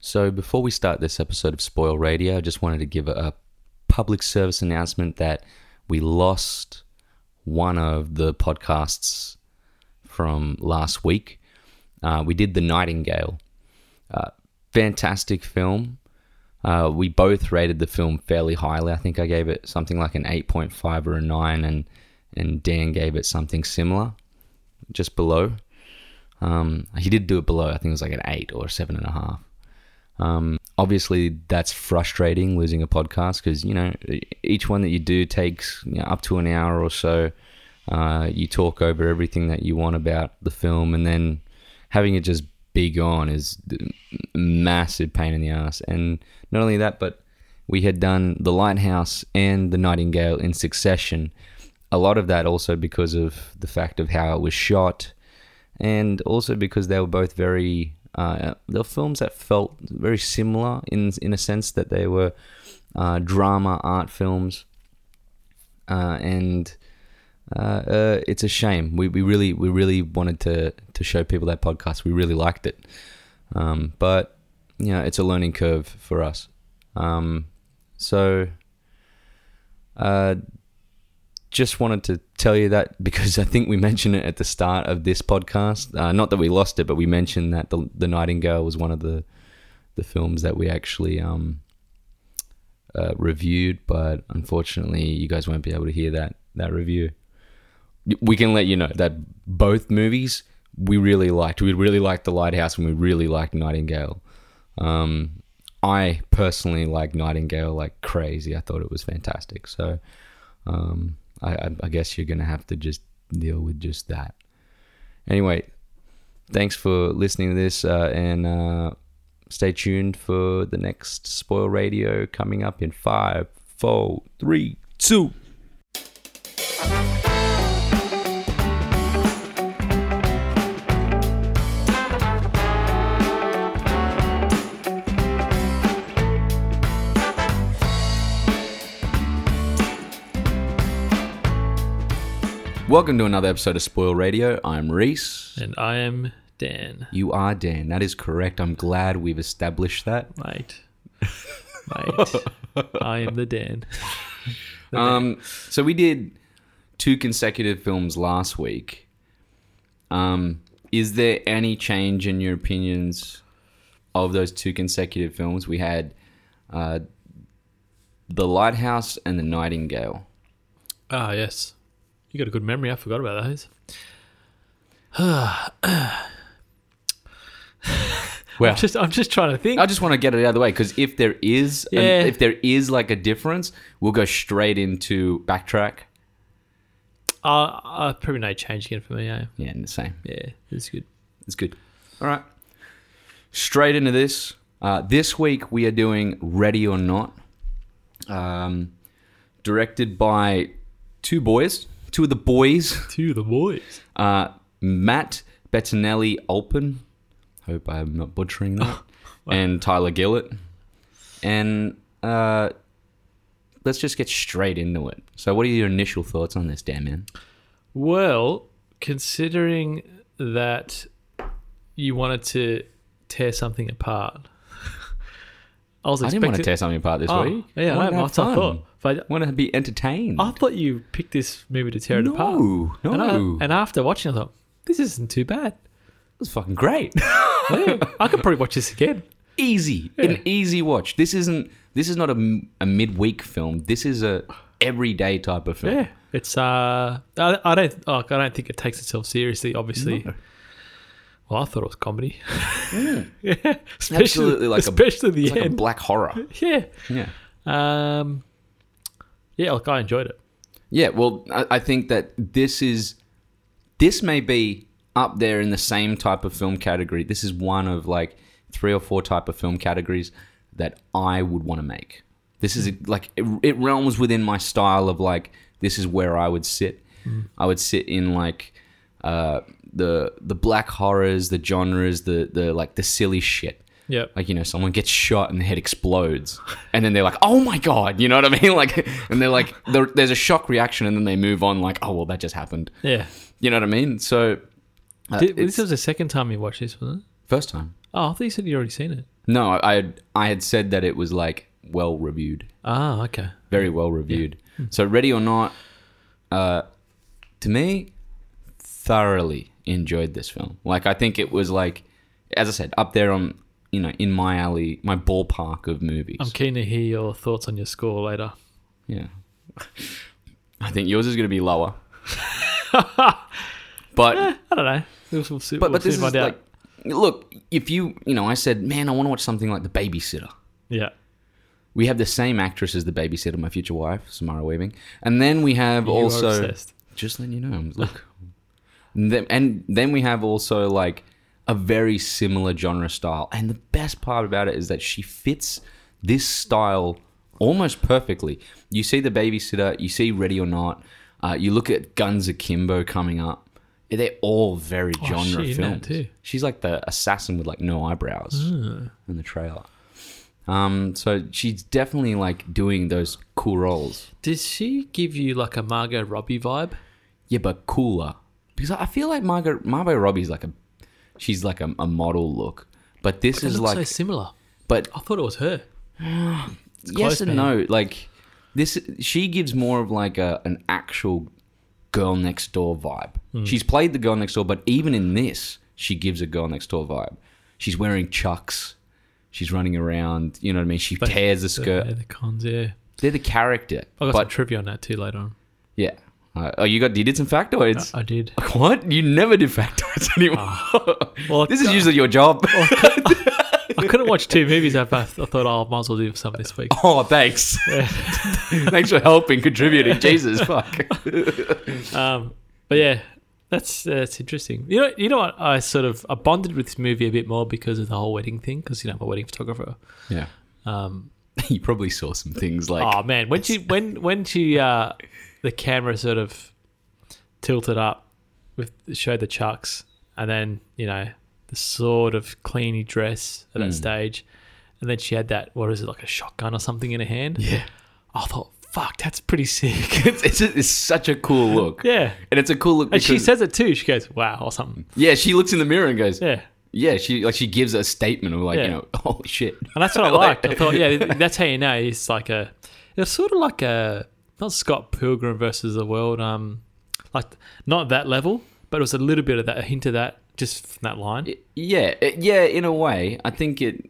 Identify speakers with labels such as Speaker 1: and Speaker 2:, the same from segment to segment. Speaker 1: So, before we start this episode of Spoil Radio, I just wanted to give a public service announcement that we lost one of the podcasts from last week. Uh, we did The Nightingale. Uh, fantastic film. Uh, we both rated the film fairly highly. I think I gave it something like an 8.5 or a 9, and, and Dan gave it something similar, just below. Um, he did do it below. I think it was like an 8 or 7.5. Um, obviously, that's frustrating losing a podcast because, you know, each one that you do takes you know, up to an hour or so. Uh, you talk over everything that you want about the film, and then having it just be gone is the massive pain in the ass. And not only that, but we had done The Lighthouse and The Nightingale in succession. A lot of that also because of the fact of how it was shot, and also because they were both very. Uh, they were films that felt very similar in in a sense that they were uh, drama art films, uh, and uh, uh, it's a shame. We, we really we really wanted to to show people that podcast. We really liked it, um, but you know it's a learning curve for us. Um, so, uh, just wanted to tell you that because I think we mentioned it at the start of this podcast. Uh, not that we lost it, but we mentioned that the the Nightingale was one of the the films that we actually um, uh, reviewed, but unfortunately, you guys won't be able to hear that that review we can let you know that both movies we really liked. We really liked The Lighthouse and we really liked Nightingale. Um, I personally like Nightingale like crazy. I thought it was fantastic. So um, I, I- I guess you're going to have to just deal with just that. Anyway, thanks for listening to this uh, and uh, stay tuned for the next Spoil Radio coming up in five, four, three, two. Welcome to another episode of Spoil Radio. I'm Reese.
Speaker 2: And I am Dan.
Speaker 1: You are Dan. That is correct. I'm glad we've established that.
Speaker 2: Mate. Mate. I am the Dan.
Speaker 1: Um, so we did two consecutive films last week. Um, is there any change in your opinions of those two consecutive films? We had uh, The Lighthouse and The Nightingale.
Speaker 2: Ah, yes. You got a good memory. I forgot about those.
Speaker 1: Well,
Speaker 2: I'm just I'm just trying to think.
Speaker 1: I just want to get it out of the way because if there is, an-
Speaker 2: Yeah.
Speaker 1: if there is like a difference, we'll go straight into backtrack.
Speaker 2: Uh, uh, probably no change again for me. Eh?
Speaker 1: Yeah, and the same.
Speaker 2: Yeah, it's good.
Speaker 1: It's good. All right. Straight into this. Uh, this week we are doing Ready or Not, um, directed by two boys, two of the boys,
Speaker 2: To the boys.
Speaker 1: uh, Matt Bettinelli Alpen. Hope I'm not butchering that. and Tyler Gillett. And uh, let's just get straight into it. So, what are your initial thoughts on this, Dan? Man,
Speaker 2: Well, considering that you wanted to tear something apart, I was
Speaker 1: I
Speaker 2: expecting.
Speaker 1: didn't want to tear something apart this
Speaker 2: Oh,
Speaker 1: week.
Speaker 2: yeah,
Speaker 1: I wanted
Speaker 2: I, I,
Speaker 1: to
Speaker 2: I
Speaker 1: have fun.
Speaker 2: thought. But
Speaker 1: want to be entertained.
Speaker 2: I thought you picked this movie to tear it
Speaker 1: no,
Speaker 2: apart.
Speaker 1: no,
Speaker 2: And, I, and after watching, it, I thought this isn't too bad.
Speaker 1: It was fucking great.
Speaker 2: Yeah, I could probably watch this again.
Speaker 1: easy,
Speaker 2: Yeah.
Speaker 1: an easy watch. This isn't. This is not a, m- a midweek film. This is a everyday type of film.
Speaker 2: Yeah, it's uh, I, I don't, like, I don't think it takes itself seriously. Obviously,
Speaker 1: No.
Speaker 2: well, I thought it was comedy. Yeah, especially,
Speaker 1: Absolutely, like a-
Speaker 2: especially the
Speaker 1: It's like a
Speaker 2: end.
Speaker 1: black horror. Yeah,
Speaker 2: yeah, um, yeah, like I enjoyed it.
Speaker 1: yeah. Well, I, I think that this is. This may be up there in the same type of film category. This is one of like three or four type of film categories that I would want to make. This is like it, it realms within my style of like this is where I would sit. I would sit in like uh, the the black horrors, the genres, the the like the silly shit.
Speaker 2: Yeah,
Speaker 1: Like you know, someone gets shot and the head explodes, and then they're like, "Oh my god!" You know what I mean? Like, and they're like, there- "There's a shock reaction," and then they move on. Like, "Oh well, that just happened."
Speaker 2: yeah.
Speaker 1: You know what I mean? So uh,
Speaker 2: Did,
Speaker 1: it's
Speaker 2: this was the second time you watched this, wasn't it?
Speaker 1: First time.
Speaker 2: Oh, I thought you said you'd already seen it.
Speaker 1: No, I I had, I had said that it was like well reviewed,
Speaker 2: Ah, okay.
Speaker 1: very well reviewed. So ready or not, uh, to me, thoroughly enjoyed this film. Like I think it was like, as I said, up there on you know in my alley, my ballpark of movies.
Speaker 2: I'm keen to hear your thoughts on your score later.
Speaker 1: Yeah. I think yours is going to be lower. but
Speaker 2: I don't know. We'll, we'll see,
Speaker 1: but
Speaker 2: we'll
Speaker 1: but this
Speaker 2: soon
Speaker 1: is
Speaker 2: find out.
Speaker 1: like look, if you, you know, I said, "Man, I want to watch something like The Babysitter."
Speaker 2: yeah.
Speaker 1: We have the same actress as The Babysitter, my future wife, Samara Weaving. And then we have
Speaker 2: You are
Speaker 1: also
Speaker 2: obsessed.
Speaker 1: just letting you
Speaker 2: Mm.
Speaker 1: know. Look. and, then, and then we have also like a very similar genre style. And the best part about it is that she fits this style almost perfectly. You see the babysitter, you see Ready or Not, uh, you look at Guns Akimbo coming up. They're all very
Speaker 2: Oh,
Speaker 1: genre
Speaker 2: she in that
Speaker 1: films.
Speaker 2: too. Mm.
Speaker 1: She's like the assassin with like no eyebrows in the trailer. Um, so she's definitely like doing those cool roles.
Speaker 2: Does she give you like a Margot Robbie vibe?
Speaker 1: Yeah, but cooler. Because I feel like Margot Margot Robbie's like a she's like a, a model look. But this
Speaker 2: It
Speaker 1: is
Speaker 2: looks
Speaker 1: like
Speaker 2: so similar.
Speaker 1: but
Speaker 2: I thought it was her.
Speaker 1: yes
Speaker 2: close,
Speaker 1: and
Speaker 2: man.
Speaker 1: no. Like this she gives more of like a an actual girl next door vibe.
Speaker 2: Hmm.
Speaker 1: She's played the girl next door, but even in this, she gives a girl next door vibe. She's wearing chucks. She's running around, you know what I mean? She tears the skirt.
Speaker 2: Yeah, the cons, yeah.
Speaker 1: They're the character.
Speaker 2: I got some
Speaker 1: But
Speaker 2: trivia on that too later on.
Speaker 1: yeah. Uh, oh, you got you did some factoids.
Speaker 2: I did.
Speaker 1: What? You never do factoids anymore.
Speaker 2: Ah. Well,
Speaker 1: this is usually your job.
Speaker 2: I couldn't watch two movies at both. I thought, oh, I might as well do some this week.
Speaker 1: oh, thanks. thanks for helping, contributing. Jesus, fuck.
Speaker 2: Um, but yeah, that's uh, that's interesting. You know, you know what? I sort of I bonded with this movie a bit more because of the whole wedding thing. Because you know, I'm a wedding photographer.
Speaker 1: Yeah.
Speaker 2: Um,
Speaker 1: You probably saw some things like
Speaker 2: oh man, when she when when she uh, the camera sort of tilted up with showed the chucks, and then you know the sort of cleany dress at
Speaker 1: Hmm.
Speaker 2: that stage, and then she had that what is it like a shotgun or something in her hand.
Speaker 1: yeah.
Speaker 2: I thought, fuck, that's pretty sick.
Speaker 1: It's, it's, it's such a cool look.
Speaker 2: yeah.
Speaker 1: And it's a cool look.
Speaker 2: And she
Speaker 1: because-
Speaker 2: says it too. She goes, "Wow," or something.
Speaker 1: yeah, she looks in the mirror and goes, yeah,
Speaker 2: Yeah,
Speaker 1: she like she gives a statement of like,
Speaker 2: Yeah.
Speaker 1: you know, holy shit.
Speaker 2: and that's what I liked. I thought, yeah, that's how you know it's like a. It's sort of like a not Scott Pilgrim versus the World, um, like not that level, but it was a little bit of that, a hint of that, just from that line.
Speaker 1: Yeah, it- yeah, in a way. I think it,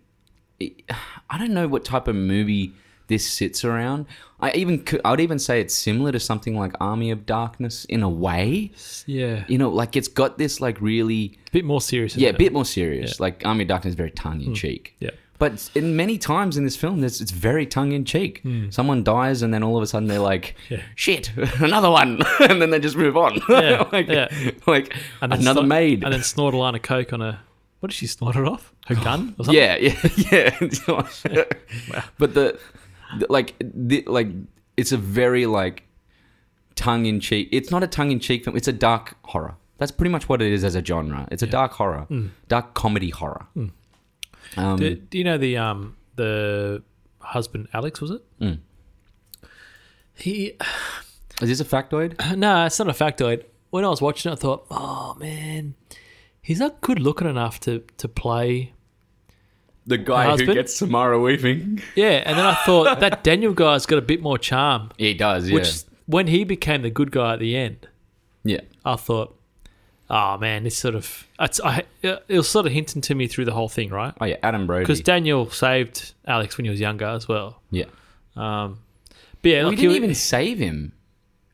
Speaker 1: it- I don't know what type of movie this sits around. I even cou- I would even say it's similar to something like Army of Darkness in a way.
Speaker 2: yeah,
Speaker 1: You know, like it's got this like really
Speaker 2: a bit more serious.
Speaker 1: yeah, a
Speaker 2: isn't it?
Speaker 1: bit more serious. Like Army of Darkness is very tongue in cheek.
Speaker 2: Hmm. Yeah,
Speaker 1: But in many times in this film, it's, it's very tongue in cheek.
Speaker 2: Hmm.
Speaker 1: Someone dies, and then all of a sudden they're like, "Shit, another one," and then they just move on.
Speaker 2: Yeah,
Speaker 1: like,
Speaker 2: yeah.
Speaker 1: like
Speaker 2: And then
Speaker 1: another
Speaker 2: snort-
Speaker 1: maid.
Speaker 2: and then snort a line of coke on a. What did she snort it off? Her gun or something?
Speaker 1: yeah, yeah, yeah. But the, the- like the, like it's a very like tongue in cheek. It's not a tongue in cheek film. It's a dark horror. That's pretty much what it is as a genre. It's a dark horror, dark comedy horror. Um,
Speaker 2: Do, do you know Mm. the um the husband Alex was it?
Speaker 1: Mm.
Speaker 2: He
Speaker 1: is this a factoid?
Speaker 2: no, it's not a factoid. When I was watching it, I thought, oh man, he's not good looking enough to to play.
Speaker 1: The guy
Speaker 2: who husband?
Speaker 1: gets Samara weaving.
Speaker 2: Yeah, and then I thought that Daniel guy's got a bit more charm.
Speaker 1: He does. Yeah.
Speaker 2: Which when he became the good guy at the end,
Speaker 1: yeah.
Speaker 2: I thought, oh man, this sort of it's I uh, it was sort of hinting to me through the whole thing, right?
Speaker 1: Oh yeah, Adam
Speaker 2: Because
Speaker 1: Brody.
Speaker 2: Daniel saved Alex when he was younger as well.
Speaker 1: yeah.
Speaker 2: Um, but yeah,
Speaker 1: We
Speaker 2: like,
Speaker 1: didn't
Speaker 2: he-
Speaker 1: even save him.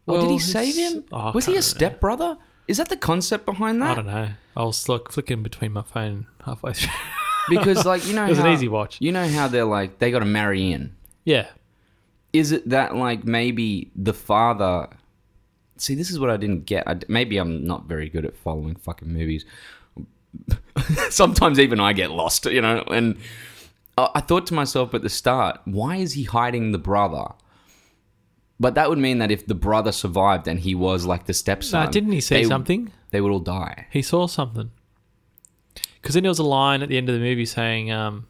Speaker 1: Well, did
Speaker 2: Well,
Speaker 1: he save
Speaker 2: it's-
Speaker 1: him?
Speaker 2: oh, I
Speaker 1: was he a
Speaker 2: can't
Speaker 1: stepbrother? Is that the concept behind that?
Speaker 2: I don't know. I was like flicking between my phone halfway through.
Speaker 1: because like you know
Speaker 2: It was an
Speaker 1: how-
Speaker 2: easy watch.
Speaker 1: You know how they're like they got to marry in.
Speaker 2: Yeah.
Speaker 1: Is it that like maybe the father? See, this is what I didn't get. I, maybe I'm not very good at following fucking movies. Sometimes even I get lost, you know. And I, I thought to myself at the start, why is he hiding the brother? But that would mean that if the brother survived and he was like the
Speaker 2: No,
Speaker 1: stepson,
Speaker 2: didn't he say
Speaker 1: they-
Speaker 2: something?
Speaker 1: They would all die.
Speaker 2: He saw something. Because then there was a line at the end of the movie saying, um,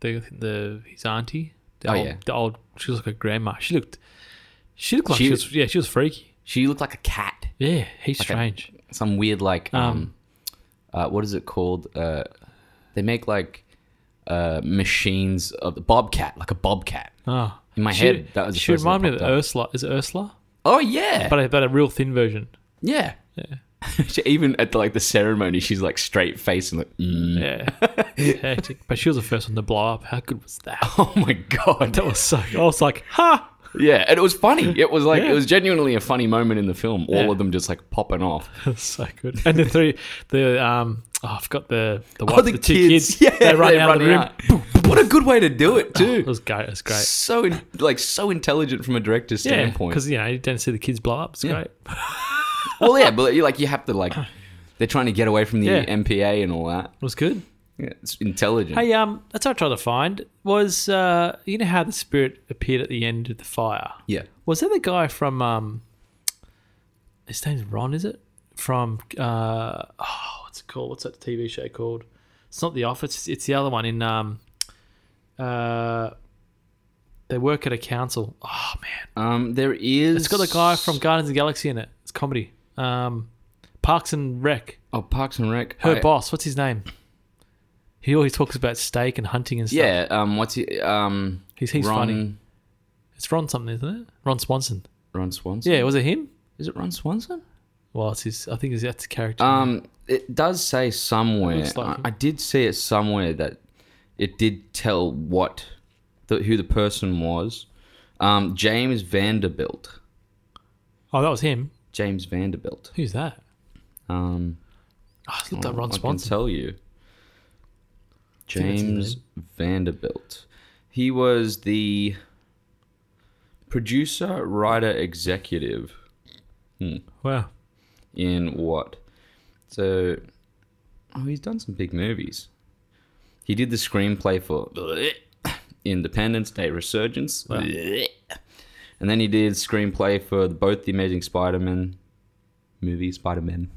Speaker 2: the the his auntie, the
Speaker 1: Oh,
Speaker 2: old,
Speaker 1: yeah.
Speaker 2: the old, she was like a grandma. She looked, she looked like
Speaker 1: She-
Speaker 2: she, was, yeah, she was freaky.
Speaker 1: She looked like a cat.
Speaker 2: Yeah, he's strange.
Speaker 1: some weird like um,
Speaker 2: Um,
Speaker 1: uh, what is it called uh, They make like uh, machines of the bobcat, like a bobcat.
Speaker 2: Oh.
Speaker 1: In my
Speaker 2: she,
Speaker 1: head, that was the
Speaker 2: She
Speaker 1: first thing
Speaker 2: reminded
Speaker 1: that
Speaker 2: me of
Speaker 1: popped up.
Speaker 2: Ursula. Is it Ursula?
Speaker 1: Oh yeah,
Speaker 2: But a, but a real thin version.
Speaker 1: yeah.
Speaker 2: Yeah.
Speaker 1: She- Even at the, like the ceremony, she's like straight face and like, mm.
Speaker 2: Yeah. Hectic. But she was the first one to blow up. How good was that?
Speaker 1: oh my god,
Speaker 2: That was so. I was like, ha!
Speaker 1: yeah. And it was funny. It was like
Speaker 2: Yeah.
Speaker 1: it was genuinely a funny moment in the film. All
Speaker 2: Yeah.
Speaker 1: of them just like popping off.
Speaker 2: That's so good. And the three, the um, oh, I forgot the the wife,
Speaker 1: Oh,
Speaker 2: the, two kids.
Speaker 1: Yeah,
Speaker 2: they run out of the room.
Speaker 1: room. what a good way to do it
Speaker 2: It
Speaker 1: too.
Speaker 2: was great. It was great.
Speaker 1: So in, like so intelligent from a director's
Speaker 2: Yeah,
Speaker 1: standpoint.
Speaker 2: because you know you don't see the kids blow up. It's great.
Speaker 1: well, yeah, but you like you have to like they're trying to get away from the
Speaker 2: Yeah.
Speaker 1: MPA and all that.
Speaker 2: It was good.
Speaker 1: Yeah, it's intelligent.
Speaker 2: Hey, um, that's what I tried to find was uh, you know how the spirit appeared at the end of the fire.
Speaker 1: yeah.
Speaker 2: Was that the guy from um, his name's Ron? Is it from uh, oh, what's it called? What's that TV show called? It's not The Office. It's, it's the other one in um, uh, they work at a council. Oh man,
Speaker 1: Um, there is.
Speaker 2: it's got the guy from Guardians of the Galaxy in it. It's comedy. Um, Parks and Rec.
Speaker 1: oh Parks and Rec.
Speaker 2: Her
Speaker 1: I-
Speaker 2: boss. What's his name? He always talks about steak and hunting and stuff.
Speaker 1: Yeah. Um, what's he? Um,
Speaker 2: He's- he's
Speaker 1: Ron,
Speaker 2: funny. It's Ron something, isn't it? Ron Swanson.
Speaker 1: Ron Swanson.
Speaker 2: Yeah, was it him?
Speaker 1: Is it Ron Swanson?
Speaker 2: Well, it's his. I think it's that's the character.
Speaker 1: Um, it does say somewhere.
Speaker 2: Looks like him.
Speaker 1: I, I did see it somewhere that it did tell what the, who the person was. Um, James Vanderbilt.
Speaker 2: oh, that was him.
Speaker 1: James Vanderbilt.
Speaker 2: Who's that?
Speaker 1: Um,
Speaker 2: Oh, I looked at
Speaker 1: oh,
Speaker 2: Ron
Speaker 1: I can
Speaker 2: Swanson.
Speaker 1: tell you.
Speaker 2: think that's his
Speaker 1: James Vanderbilt. He was the producer, writer, executive
Speaker 2: Wow.
Speaker 1: in what? So, oh, he's done some big movies. He did the screenplay for Independence Day Resurgence,
Speaker 2: Wow.
Speaker 1: and then he did screenplay for both the Amazing Spider-Man movie, Spider-Man,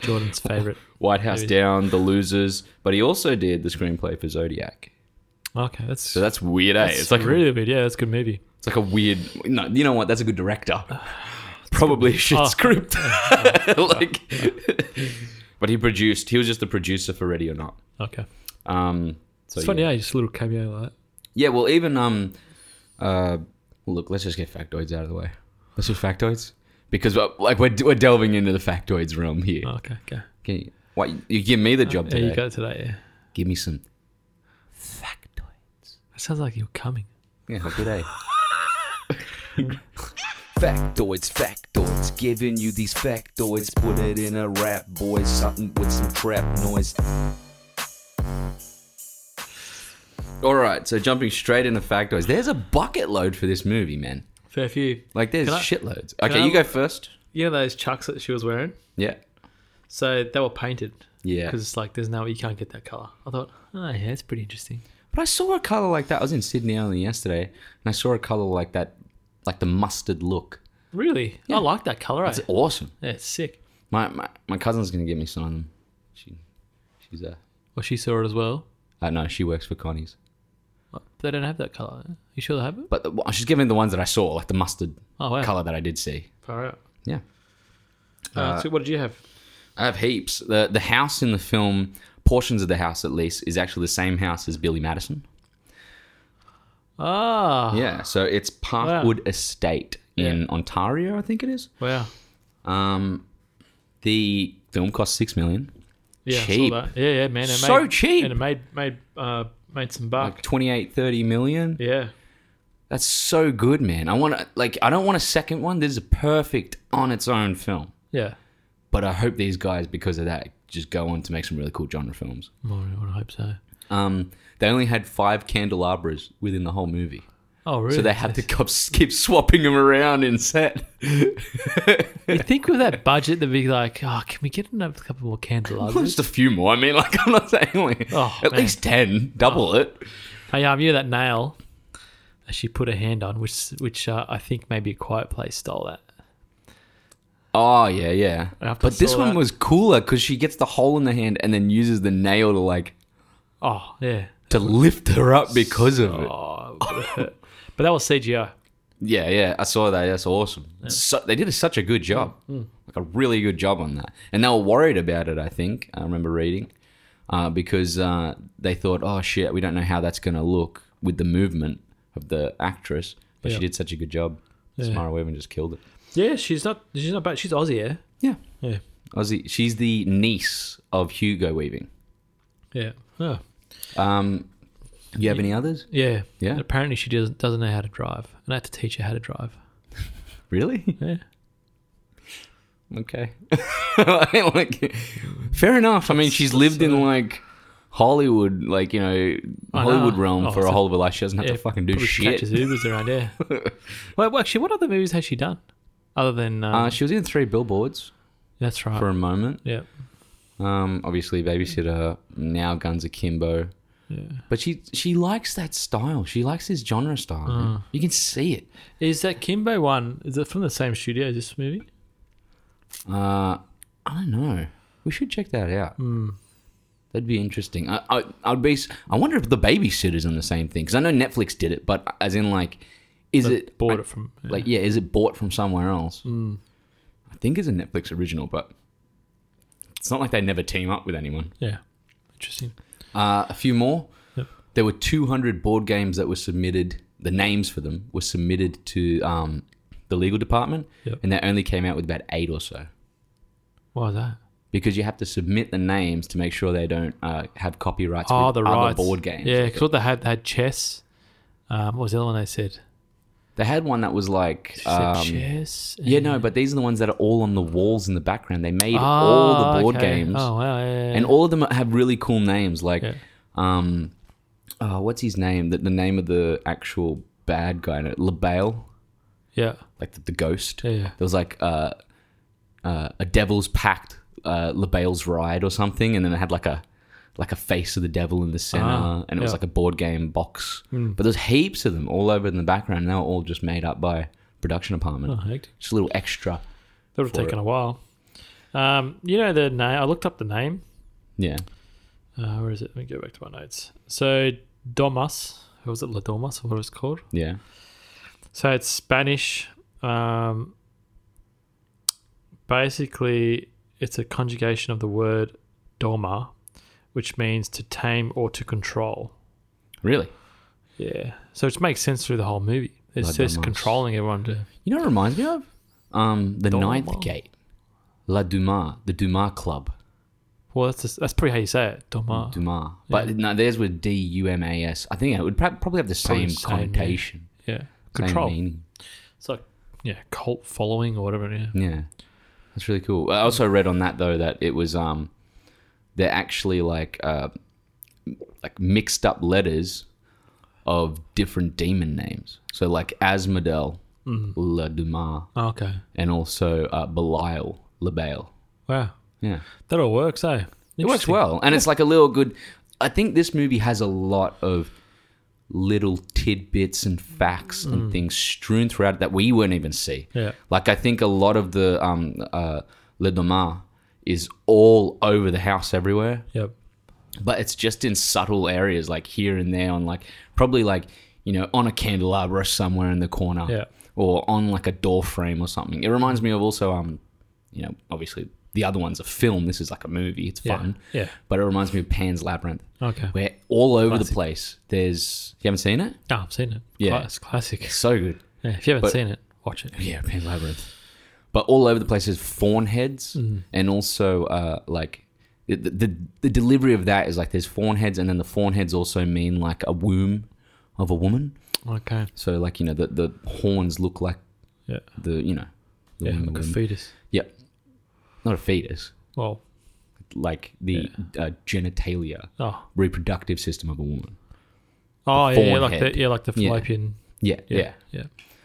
Speaker 2: Jordan's favorite.
Speaker 1: White House
Speaker 2: Movies.
Speaker 1: Down, The Losers, but he also did the screenplay for Zodiac.
Speaker 2: Okay, that's,
Speaker 1: So that's weird, eh?
Speaker 2: that's
Speaker 1: It's like
Speaker 2: really weird. Yeah, that's a good movie.
Speaker 1: it's like a weird. No, you know what? That's a good director. Probably a shit
Speaker 2: Oh.
Speaker 1: script. like, but he produced. He was just the producer for Ready or Not.
Speaker 2: Okay,
Speaker 1: Um, so
Speaker 2: it's funny.
Speaker 1: yeah.
Speaker 2: Yeah, just a little cameo like that.
Speaker 1: yeah. Well, even um, uh, look. Let's just get factoids out of the way. Let's just factoids because uh, like we're we're delving into the factoids realm here.
Speaker 2: Oh, okay, okay.
Speaker 1: Can you, what you give me the job
Speaker 2: Yeah,
Speaker 1: today?
Speaker 2: you got it today. Yeah,
Speaker 1: give me some factoids.
Speaker 2: that sounds like you're coming.
Speaker 1: Yeah, have a good
Speaker 2: eh?
Speaker 1: day. factoids, factoids, giving you these factoids. Put it in a rap, boys, something with some trap noise. All right, so jumping straight into factoids. There's a bucket load for this movie, man.
Speaker 2: Fair few.
Speaker 1: Like, there's
Speaker 2: Can I-
Speaker 1: shitloads. Okay,
Speaker 2: I-
Speaker 1: you go first.
Speaker 2: You know those chucks that she was wearing?
Speaker 1: Yeah.
Speaker 2: So they were painted.
Speaker 1: Yeah.
Speaker 2: Because it's like there's no you can't get that color. I thought, oh yeah, it's pretty interesting.
Speaker 1: But I saw a color like that. I was in Sydney only yesterday, and I saw a color like that, like the mustard look.
Speaker 2: Really, I like that color. eh?
Speaker 1: It's awesome.
Speaker 2: Yeah, it's sick.
Speaker 1: My, my, my cousin's gonna get me some of them. She, she's a.
Speaker 2: Well, she saw it as well.
Speaker 1: Uh, no, she works for Connie's.
Speaker 2: What? They don't have that color. You sure they have it?
Speaker 1: But the, well, she's giving the ones that I saw, like the mustard
Speaker 2: Oh wow,
Speaker 1: color that I did see.
Speaker 2: far out.
Speaker 1: Yeah.
Speaker 2: Uh, so what did you have?
Speaker 1: I have heaps. The, the house in the film, portions of the house at least, is actually the same house as Billy Madison.
Speaker 2: Ah,
Speaker 1: Yeah. So it's Parkwood Estate in Ontario, I think it is.
Speaker 2: wow.
Speaker 1: Um, the film cost six million,
Speaker 2: Yeah,
Speaker 1: Cheap.
Speaker 2: I saw that. Yeah, yeah, man. It
Speaker 1: So
Speaker 2: made,
Speaker 1: cheap.
Speaker 2: and it made made uh, made some buck.
Speaker 1: like 28, 30 million.
Speaker 2: yeah,
Speaker 1: That's so good, man. I want to like. I don't want a second one. This is perfect on its own film.
Speaker 2: yeah.
Speaker 1: But I hope these guys, because of that, just go on to make some really cool genre films.
Speaker 2: Well, I would hope so.
Speaker 1: Um, they only had five candelabras within the whole movie,
Speaker 2: Oh, really?
Speaker 1: so they had to keep, keep swapping them around in set.
Speaker 2: you think with that budget, they'd be like, oh, can we get another couple more candelabras?
Speaker 1: Just a few more. I mean, like I'm not saying like
Speaker 2: Oh,
Speaker 1: at
Speaker 2: man. Oh.
Speaker 1: least ten, double it.
Speaker 2: hey, um, you know that nail that she put her hand on, which which uh, I think maybe a quiet place stole that.
Speaker 1: Oh yeah, yeah.
Speaker 2: I have to
Speaker 1: But this
Speaker 2: saw
Speaker 1: one
Speaker 2: that.
Speaker 1: was cooler because she gets the hole in the hand and then uses the nail to like
Speaker 2: Oh, yeah.
Speaker 1: to lift her up because of it.
Speaker 2: Oh, it would've hurt. but that was CGI.
Speaker 1: Yeah, yeah, I saw that. That's awesome. So, they did a, such a good
Speaker 2: Hmm.
Speaker 1: job, like a really good job on that. And they were worried about it. I think I remember reading uh, because uh, they thought, oh shit, we don't know how that's going to look with the movement of the actress. But
Speaker 2: Yeah.
Speaker 1: she did such a good job.
Speaker 2: Yeah.
Speaker 1: Samara Weaving just killed it.
Speaker 2: Yeah, she's not. She's not bad. She's Aussie. Yeah.
Speaker 1: Yeah.
Speaker 2: Yeah.
Speaker 1: Aussie. She's the niece of Hugo Weaving.
Speaker 2: Yeah. Oh.
Speaker 1: Um, you have any others?
Speaker 2: Yeah.
Speaker 1: Yeah.
Speaker 2: Apparently, she doesn't doesn't know how to drive, and I had to teach her how to drive.
Speaker 1: Really?
Speaker 2: Yeah.
Speaker 1: Okay. like, fair enough. I mean, she's lived in like Hollywood, like you know,
Speaker 2: I
Speaker 1: Hollywood
Speaker 2: know.
Speaker 1: realm
Speaker 2: Oh,
Speaker 1: for a
Speaker 2: so-
Speaker 1: whole of her life. She doesn't have
Speaker 2: yeah,
Speaker 1: to fucking do
Speaker 2: probably
Speaker 1: shit.
Speaker 2: Catches Ubers around. Yeah. well, well, actually, what other movies has she done? Other than um,
Speaker 1: Uh, she was in three billboards
Speaker 2: that's right.
Speaker 1: for a moment.
Speaker 2: yeah.
Speaker 1: Um, obviously, babysitter. Now, Guns Akimbo.
Speaker 2: Yeah.
Speaker 1: But she she likes that style. She likes this genre style. man.
Speaker 2: Mm.
Speaker 1: You can see it.
Speaker 2: Is that Kimbo one? Is it from the same studio as this movie?
Speaker 1: Uh, I don't know. We should check that out.
Speaker 2: Hmm.
Speaker 1: That'd be interesting. I, I I'd be. s- I wonder if the babysitter's on the same thing because I know Netflix did it, but as in like, is
Speaker 2: They
Speaker 1: it
Speaker 2: bought it from? yeah.
Speaker 1: like yeah, is it bought from somewhere else?
Speaker 2: Hmm.
Speaker 1: I think it's a Netflix original, but it's not like they never team up with anyone.
Speaker 2: Yeah. Interesting.
Speaker 1: Uh, a few more.
Speaker 2: Yep.
Speaker 1: There were 200 board games that were submitted. The names for them were submitted to um, the legal department,
Speaker 2: Yep.
Speaker 1: and they only came out with about eight or so
Speaker 2: Why is that?
Speaker 1: because you have to submit the names to make sure they don't uh, have copyrights
Speaker 2: Oh,
Speaker 1: with
Speaker 2: the
Speaker 1: other
Speaker 2: rights.
Speaker 1: board games.
Speaker 2: Yeah, because what they had, they had chess. Um, what was the other one they said?
Speaker 1: They had one that was like.
Speaker 2: She said
Speaker 1: Um,
Speaker 2: chess.
Speaker 1: yeah,
Speaker 2: and-
Speaker 1: no, but these are the ones that are all on the walls in the background. They made all
Speaker 2: Ah,
Speaker 1: the board
Speaker 2: okay.
Speaker 1: games.
Speaker 2: Oh wow, yeah, yeah,
Speaker 1: and
Speaker 2: yeah.
Speaker 1: all of them have really cool names like
Speaker 2: Yeah.
Speaker 1: um oh, what's his name the, the name of the actual bad guy in it LaBelle
Speaker 2: yeah,
Speaker 1: like the, the ghost
Speaker 2: yeah, yeah.
Speaker 1: there was like uh, uh, a devil's pact uh, LaBelle's ride or something and then it had like a like a face of the devil in the center
Speaker 2: Ah,
Speaker 1: and it was
Speaker 2: yeah. Hmm.
Speaker 1: like a board game box but there's heaps of them all over in the background and they were all just made up by production department
Speaker 2: Oh, hectic.
Speaker 1: just a little extra
Speaker 2: That would
Speaker 1: For
Speaker 2: have taken a while. Um, you know the name. I looked up the name.
Speaker 1: yeah
Speaker 2: Uh, where is it? Let me go back to my notes. So Domus, or was it La Domus, or what it was called?
Speaker 1: yeah
Speaker 2: So it's Spanish. Um, basically, it's a conjugation of the word doma, which means to tame or to control.
Speaker 1: really
Speaker 2: Yeah. So it makes sense through the whole movie. It's
Speaker 1: La Domus.
Speaker 2: just controlling everyone to.
Speaker 1: You know what it reminds me of? Um, the
Speaker 2: Don't
Speaker 1: Ninth
Speaker 2: know.
Speaker 1: Gate. La Dumas. The Dumas Club.
Speaker 2: Well, that's just, that's pretty how you say it. Doma.
Speaker 1: Dumas. But no, theirs with D U M A S. I think it would prob- probably have the same,
Speaker 2: Probably the same, yeah.
Speaker 1: connotation.
Speaker 2: yeah.
Speaker 1: Same
Speaker 2: Control.
Speaker 1: meaning.
Speaker 2: It's like yeah, cult following or whatever. Yeah.
Speaker 1: Yeah. That's really cool. I also read on that though that it was um they're actually like uh like mixed up letters of different demon names. So like Asmodel, La Dumas,
Speaker 2: Oh, okay.
Speaker 1: and also uh, Belial, Labale.
Speaker 2: Wow.
Speaker 1: Yeah.
Speaker 2: That all works, eh?
Speaker 1: It works well, and it's like a little good. I think this movie has a lot of little tidbits and facts and things strewn throughout it that we won't even see.
Speaker 2: Yeah.
Speaker 1: Like I think a lot of the um uh Le Doma is all over the house everywhere,
Speaker 2: Yep.
Speaker 1: but it's just in subtle areas like here and there on like probably like you know on a candelabra somewhere in the corner
Speaker 2: Yeah.
Speaker 1: or on like a door frame or something. It reminds me of also um you know obviously the other one's a film. This is like a movie. It's
Speaker 2: Yeah.
Speaker 1: fun
Speaker 2: Yeah.
Speaker 1: but it reminds me of Pan's Labyrinth,
Speaker 2: Okay.
Speaker 1: where all over the
Speaker 2: Classic.
Speaker 1: place there's. You haven't seen it?
Speaker 2: No, Ah, I've seen it.
Speaker 1: Yeah.
Speaker 2: Cla- It's classic.
Speaker 1: It's so good.
Speaker 2: Yeah, if you haven't
Speaker 1: But-
Speaker 2: seen it, watch it.
Speaker 1: Yeah, Pan's Labyrinth. But all over the place is fawn heads,
Speaker 2: Mm.
Speaker 1: and also uh, like the, the the delivery of that is like there's fawn heads, and then the fawn heads also mean like a womb of a woman.
Speaker 2: Okay.
Speaker 1: So like you know the the horns look like
Speaker 2: Yeah.
Speaker 1: the you know the
Speaker 2: Yeah.
Speaker 1: womb of
Speaker 2: Like
Speaker 1: a
Speaker 2: a
Speaker 1: woman.
Speaker 2: fetus.
Speaker 1: Yep. not a fetus,
Speaker 2: Well,
Speaker 1: like the uh, genitalia,
Speaker 2: oh,
Speaker 1: reproductive system of a woman.
Speaker 2: oh, yeah, yeah,
Speaker 1: fawn
Speaker 2: like
Speaker 1: head.
Speaker 2: the yeah, like the
Speaker 1: Yeah.
Speaker 2: fallopian.
Speaker 1: yeah. yeah.
Speaker 2: Yeah.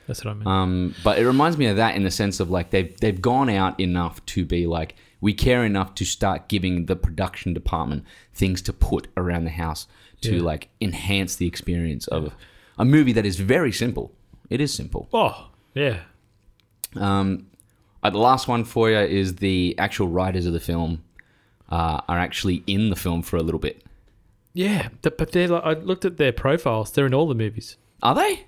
Speaker 2: That's what I mean.
Speaker 1: Um, but it reminds me of that in the sense of like they've they've gone out enough to be like we care enough to start giving the production department things to put around the house to
Speaker 2: Yeah.
Speaker 1: like enhance the experience of a movie that is very simple. It is simple.
Speaker 2: oh, yeah.
Speaker 1: Um, uh, the last one for you is the actual writers of the film uh, are actually in the film for a little bit.
Speaker 2: Yeah, th- but they're like, I looked at their profiles. They're in all the movies.
Speaker 1: Are they?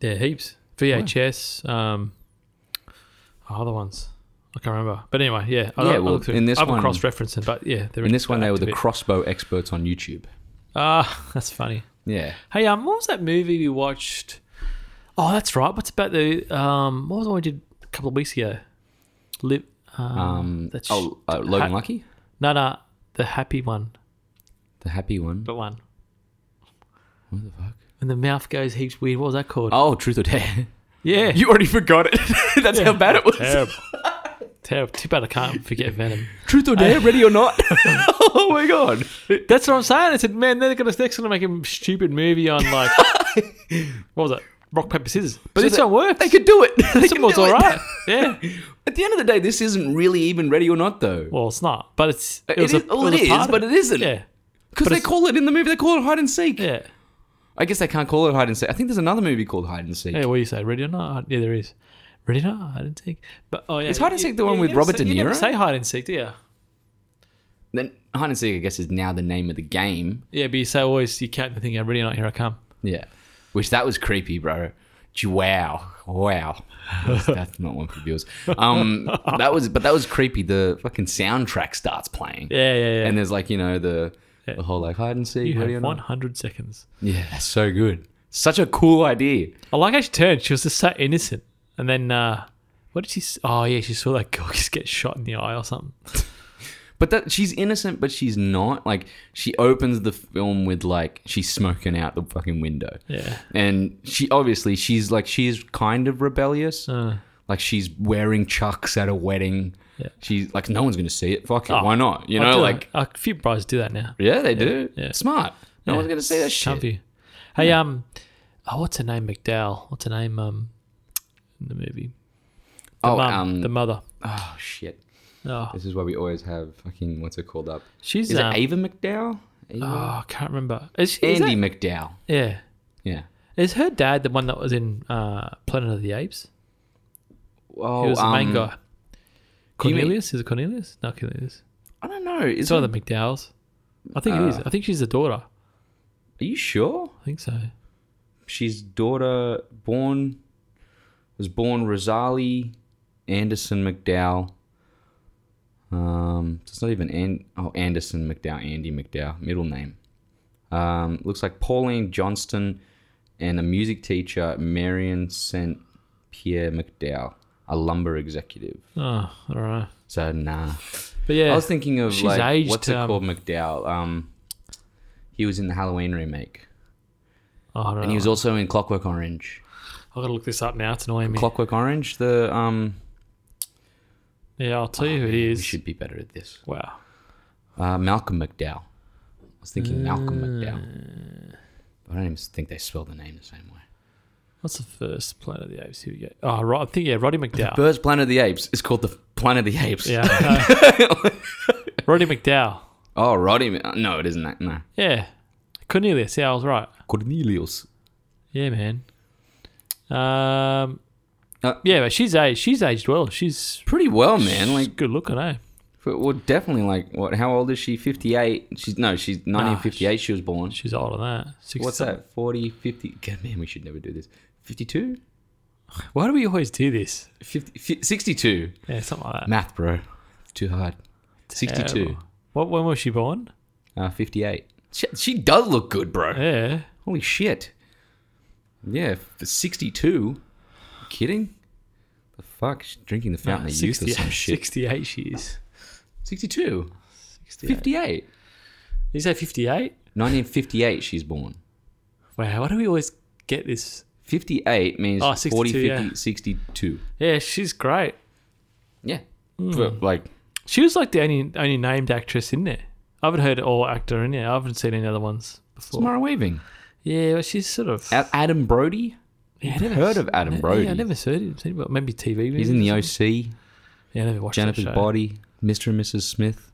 Speaker 2: They're heaps. VHS, um, other ones. I can't remember. But anyway, yeah. I,
Speaker 1: Yeah,
Speaker 2: I
Speaker 1: well,
Speaker 2: looked through-
Speaker 1: in this
Speaker 2: I haven't
Speaker 1: one-
Speaker 2: cross-referenced it, but yeah.
Speaker 1: In this one, they were the
Speaker 2: active-
Speaker 1: crossbow experts on YouTube.
Speaker 2: Ah, that's funny.
Speaker 1: Yeah.
Speaker 2: Hey, um, what was that movie we watched? Oh, that's right. What's about the um? What was the one we did a couple of weeks ago? Lip. Um,
Speaker 1: Um,
Speaker 2: that's
Speaker 1: oh, uh, Logan
Speaker 2: ha-
Speaker 1: Lucky,
Speaker 2: no, no, the happy one,
Speaker 1: the happy one.
Speaker 2: the one.
Speaker 1: What the fuck?
Speaker 2: And the mouth goes heaps weird. What was that called?
Speaker 1: Oh, Truth or Dare.
Speaker 2: yeah,
Speaker 1: You already forgot it. That's how bad it was.
Speaker 2: terrible, terrible. Too bad I can't forget Venom.
Speaker 1: Truth or Dare, ready or not? oh my god.
Speaker 2: That's what I'm saying. I said, man, they're gonna next gonna make a stupid movie on like what was it? Rock paper scissors. But
Speaker 1: So
Speaker 2: this
Speaker 1: they-
Speaker 2: one worked.
Speaker 1: They could do it. They
Speaker 2: this
Speaker 1: could
Speaker 2: one was
Speaker 1: do it.
Speaker 2: all right. Yeah.
Speaker 1: At the end of the day, this isn't really even ready or not though.
Speaker 2: Well, it's not, but it's it,
Speaker 1: It
Speaker 2: was a,
Speaker 1: is- well,
Speaker 2: was
Speaker 1: it
Speaker 2: a part
Speaker 1: is,
Speaker 2: of
Speaker 1: but it isn't.
Speaker 2: Yeah,
Speaker 1: Because
Speaker 2: but
Speaker 1: they
Speaker 2: it's-
Speaker 1: call it in the movie, they call it hide and seek.
Speaker 2: yeah,
Speaker 1: I guess they can't call it hide and seek. I think there's another movie called hide and seek.
Speaker 2: yeah. What do you say? Ready or not? Yeah, there is. Ready or not? Hide and seek. But oh yeah,
Speaker 1: Is hide and
Speaker 2: you-
Speaker 1: seek the one
Speaker 2: you
Speaker 1: with
Speaker 2: never
Speaker 1: Robert
Speaker 2: say-
Speaker 1: De
Speaker 2: You never
Speaker 1: Niro?
Speaker 2: say hide and seek, do you?
Speaker 1: Then hide and seek, I guess, is now the name of the game.
Speaker 2: Yeah, but you say always you count the thing. Ready or not? Here I come.
Speaker 1: Yeah. Which that was creepy, bro. Gee, Wow, wow. That's- That's not one for viewers. Um, that was, but that was creepy. The fucking soundtrack starts playing,
Speaker 2: Yeah, yeah, yeah.
Speaker 1: and there's like you know the the whole like hide and seek.
Speaker 2: you
Speaker 1: ready or
Speaker 2: have
Speaker 1: not.
Speaker 2: 100 seconds.
Speaker 1: Yeah, that's so good. Such a cool idea.
Speaker 2: I like how she turned. She was just so innocent. And then, uh, what did she? s- Oh yeah, she saw that girl just get shot in the eye or something.
Speaker 1: But that she's innocent, but she's not. Like she opens the film with like she's smoking out the fucking window,
Speaker 2: Yeah.
Speaker 1: and she obviously she's like she's kind of rebellious.
Speaker 2: Uh,
Speaker 1: Like she's wearing chucks at a wedding.
Speaker 2: Yeah.
Speaker 1: She's like, no one's gonna see it. Fuck it,
Speaker 2: Oh,
Speaker 1: why not? You know, like
Speaker 2: a few brides do that now.
Speaker 1: yeah, they do.
Speaker 2: yeah.
Speaker 1: Smart. No one's gonna see that shit.
Speaker 2: Comfy. Hey, um, oh, what's her name? McDowell. What's her name? Um, in the movie. The
Speaker 1: Oh,
Speaker 2: mum,
Speaker 1: um,
Speaker 2: the mother.
Speaker 1: oh shit.
Speaker 2: Oh,
Speaker 1: This is why we always have fucking what's it called up?
Speaker 2: she's
Speaker 1: Is
Speaker 2: um,
Speaker 1: it Ava McDowell? Ava?
Speaker 2: Oh, I can't remember. Is she, is
Speaker 1: Andy
Speaker 2: that-
Speaker 1: McDowell.
Speaker 2: yeah.
Speaker 1: Yeah.
Speaker 2: Is her dad the one that was in uh, Planet of the Apes?
Speaker 1: Oh,
Speaker 2: He was the main
Speaker 1: um,
Speaker 2: guy.
Speaker 1: you mean-
Speaker 2: Cornelius? Is it Cornelius? Not Cornelius.
Speaker 1: I don't know. Is
Speaker 2: It's one
Speaker 1: it-
Speaker 2: of the McDowells. I think it is.
Speaker 1: Uh.
Speaker 2: I think she's the daughter.
Speaker 1: Are you sure?
Speaker 2: I think so.
Speaker 1: She's daughter born was born Rosalie Anderson McDowell. Um, it's not even An- oh Anderson McDowell, Andy McDowell, middle name. Um, looks like Pauline Johnston and a music teacher Marion Saint Pierre McDowell, a lumber executive.
Speaker 2: Oh, I don't know.
Speaker 1: So nah.
Speaker 2: But yeah,
Speaker 1: I was thinking of
Speaker 2: She's
Speaker 1: like
Speaker 2: aged,
Speaker 1: what's it
Speaker 2: um,
Speaker 1: called McDowell. Um, he was in the Halloween remake,
Speaker 2: oh, I don't know.
Speaker 1: and he was also in Clockwork Orange.
Speaker 2: I gotta look this up now. It's annoying me.
Speaker 1: Clockwork Orange. The um,
Speaker 2: yeah, I'll tell you who it is.
Speaker 1: Oh, we should be better at this.
Speaker 2: Wow.
Speaker 1: Uh, Malcolm McDowell. I was thinking Malcolm McDowell.
Speaker 2: Uh.
Speaker 1: I don't even think they spell the name the same way.
Speaker 2: What's the first Planet of the Apes? Here we go. Oh, right. I think yeah, Roddy McDowell.
Speaker 1: First Planet of the Apes is called the Planet of the Apes.
Speaker 2: yeah. I know. Roddy McDowell.
Speaker 1: Oh, Roddy. uh, No, it isn't that. No.
Speaker 2: Yeah. Cornelius. Yeah, I was right.
Speaker 1: Cornelius.
Speaker 2: Yeah, man. Um.
Speaker 1: Uh,
Speaker 2: yeah, but she's aged. She's aged well. She's
Speaker 1: Pretty well, man. Like,
Speaker 2: she's good looking, eh?
Speaker 1: well, definitely. Like, what? How old is she? Fifty-eight. She's no. She's nineteen fifty-eight. She was born.
Speaker 2: She's older than that. 60
Speaker 1: What's that? 40, 50. God, man, we should never do this. 52?
Speaker 2: Why do we always do this?
Speaker 1: 50, fi- 62.
Speaker 2: Yeah, something like that.
Speaker 1: Math, bro. It's too hard. 62.
Speaker 2: Terrible. What? When was she born?
Speaker 1: Uh, 58. She, she does look good, bro.
Speaker 2: Yeah.
Speaker 1: Holy shit. Yeah, for 62. kidding? The fuck? She's drinking the fountain of youth or some shit.
Speaker 2: 68 she is.
Speaker 1: 62.
Speaker 2: 58.
Speaker 1: 58.
Speaker 2: You say 58?
Speaker 1: 1958, she's born.
Speaker 2: Wow, why do we always get this?
Speaker 1: 58 means
Speaker 2: Oh,
Speaker 1: 40, 50,
Speaker 2: 62, yeah.
Speaker 1: 62.
Speaker 2: Yeah, she's great.
Speaker 1: Yeah. For, like,
Speaker 2: She was like the only only named actress in there. I haven't heard all actor in there. I haven't seen any other ones before.
Speaker 1: Samara Weaving.
Speaker 2: Yeah, but she's sort of.
Speaker 1: A- Adam Brody?
Speaker 2: yeah, I never
Speaker 1: Heard of Adam Brody?
Speaker 2: Yeah, I never heard him. seen him, but Maybe TV.
Speaker 1: He's in the OC.
Speaker 2: Yeah, I never watched
Speaker 1: Jennifer's
Speaker 2: that show.
Speaker 1: Body. Mr. and Mrs. Smith.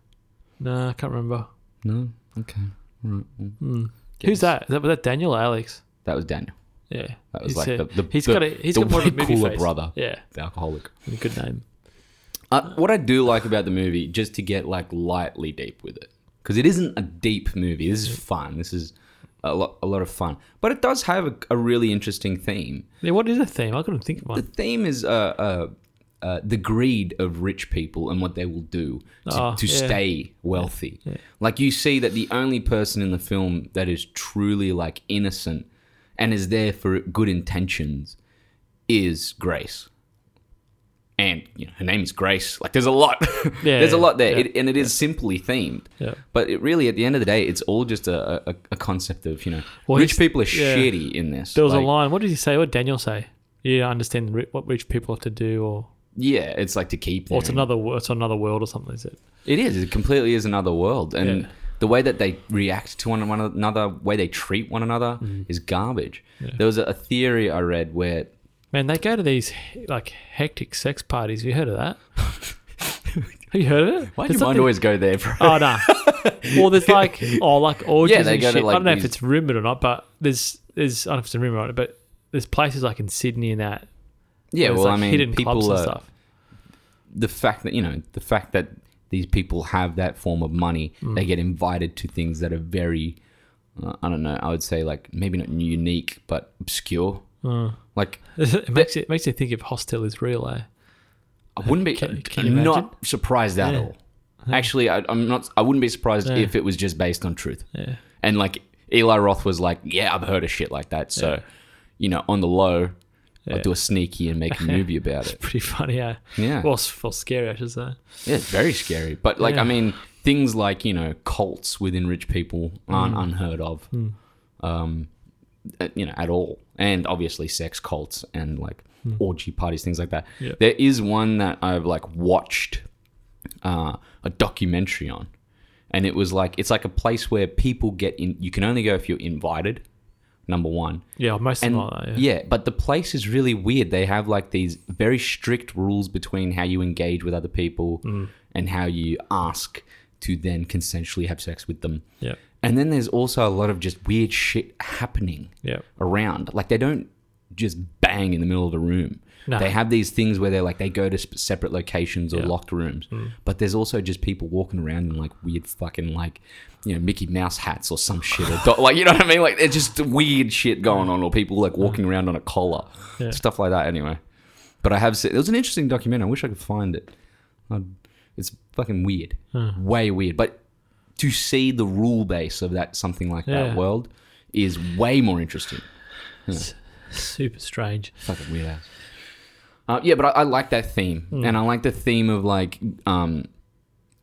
Speaker 2: No, I can't remember.
Speaker 1: No? Okay. All right. Well,
Speaker 2: Who's that? Is that, was that Daniel or Alex?
Speaker 1: That was Daniel.
Speaker 2: Yeah.
Speaker 1: That was
Speaker 2: He's
Speaker 1: like
Speaker 2: a-
Speaker 1: the, the,
Speaker 2: he's
Speaker 1: the,
Speaker 2: got a, he's
Speaker 1: the
Speaker 2: got more of a
Speaker 1: way
Speaker 2: movie
Speaker 1: cooler
Speaker 2: face.
Speaker 1: brother.
Speaker 2: Yeah,
Speaker 1: The alcoholic.
Speaker 2: a good name.
Speaker 1: Uh, what I do like about the movie, just to get like lightly deep with it, because it isn't a deep movie. This is fun. This is a lot, a lot of fun. But it does have a, a really interesting theme.
Speaker 2: Yeah, what is the theme? I couldn't think of
Speaker 1: The
Speaker 2: one.
Speaker 1: theme is uh, uh, uh, the greed of rich people and what they will do to,
Speaker 2: Oh,
Speaker 1: to
Speaker 2: yeah.
Speaker 1: stay wealthy. Like you see that the only person in the film that is truly like innocent and is there for good intentions is Grace. And you know, her name is Grace. Like there's a lot.
Speaker 2: Yeah,
Speaker 1: there's a
Speaker 2: yeah,
Speaker 1: lot there,
Speaker 2: yeah.
Speaker 1: it, and it is simply themed.
Speaker 2: Yeah.
Speaker 1: But it really, at the end of the day, it's all just a, a, a concept of you know,
Speaker 2: Well,
Speaker 1: rich
Speaker 2: he's-
Speaker 1: people are
Speaker 2: yeah.
Speaker 1: shitty in this.
Speaker 2: There was
Speaker 1: Like,
Speaker 2: a line. What did he say? What did Daniel say? You don't understand ri- what rich people have to do, or
Speaker 1: Yeah, it's like to keep.
Speaker 2: or
Speaker 1: them.
Speaker 2: it's another wo- it's another world or something. Is it?
Speaker 1: It is. It completely is another world, and
Speaker 2: Yeah.
Speaker 1: the way that they react to one one another, way they treat one another,
Speaker 2: Mm.
Speaker 1: is garbage. There was a, a theory I read where
Speaker 2: Man, they go to these he- like hectic sex parties. Have you heard of that? have you heard of it?
Speaker 1: why do you
Speaker 2: There's
Speaker 1: mind
Speaker 2: something-
Speaker 1: always go there, bro?
Speaker 2: Oh no. well, there's like oh like orgies
Speaker 1: they
Speaker 2: and
Speaker 1: go to,
Speaker 2: shit.
Speaker 1: like,
Speaker 2: I don't know
Speaker 1: these-
Speaker 2: if it's rumored or not, but there's there's I don't know if it's rumored or not, but there's places like in Sydney and that.
Speaker 1: yeah,
Speaker 2: there's,
Speaker 1: well,
Speaker 2: like,
Speaker 1: I mean,
Speaker 2: hidden clubs
Speaker 1: people
Speaker 2: and
Speaker 1: are
Speaker 2: stuff.
Speaker 1: the fact that you know the fact that these people have that form of money,
Speaker 2: Mm.
Speaker 1: they get invited to things that are very, uh, I don't know, I would say like maybe not unique but obscure.
Speaker 2: Mm.
Speaker 1: Like
Speaker 2: it makes it makes you think if hostel is real, eh?
Speaker 1: I wouldn't be
Speaker 2: Can- can you
Speaker 1: I'm not
Speaker 2: imagine?
Speaker 1: surprised at all. Actually, I, I'm not. I wouldn't be surprised if it was just based on truth.
Speaker 2: Yeah.
Speaker 1: And like Eli Roth was like, "Yeah, I've heard of shit like that." So, you know, on the low, I'll do a sneaky and make a movie about it.
Speaker 2: Pretty funny, eh? yeah.
Speaker 1: Yeah,
Speaker 2: Well, s- well, scary, I should say.
Speaker 1: yeah, it's very scary. But like, I
Speaker 2: Yeah.
Speaker 1: mean, things like you know, cults within rich people aren't
Speaker 2: Mm.
Speaker 1: unheard of,
Speaker 2: Hmm.
Speaker 1: um, uh, you know, at all. And obviously, sex cults and like orgy parties, things like that.
Speaker 2: Hmm. Yeah.
Speaker 1: There is one that I've like watched uh, a documentary on, and it was like it's like a place where people get in. You can only go if you're invited. Number one,
Speaker 2: Yeah, most of them are. Oh, Yeah.
Speaker 1: Mm. yeah, but the place is really weird. They have like these very strict rules between how you engage with other people and how you ask to then consensually have sex with them.
Speaker 2: yeah,
Speaker 1: And then there's also a lot of just weird shit happening
Speaker 2: yeah,
Speaker 1: around. Like they don't just bang in the middle of a room.
Speaker 2: No.
Speaker 1: They have these things where they're like they go to sp- separate locations or locked rooms.
Speaker 2: Mm.
Speaker 1: But there's also just people walking around in like weird fucking like you know Mickey Mouse hats or some shit or do- like you know what I mean? Like there's just weird shit going on or people like walking around on a collar,
Speaker 2: Mm. Yeah.
Speaker 1: stuff like that. Anyway, but I have seen it was an interesting documentary. I wish I could find it. i it's fucking weird, way weird. But to see the rule base of that something like
Speaker 2: Yeah.
Speaker 1: that world is way more interesting.
Speaker 2: Super strange.
Speaker 1: Fucking weird ass. Uh, yeah, but I, I like that theme, and I like the theme of like um,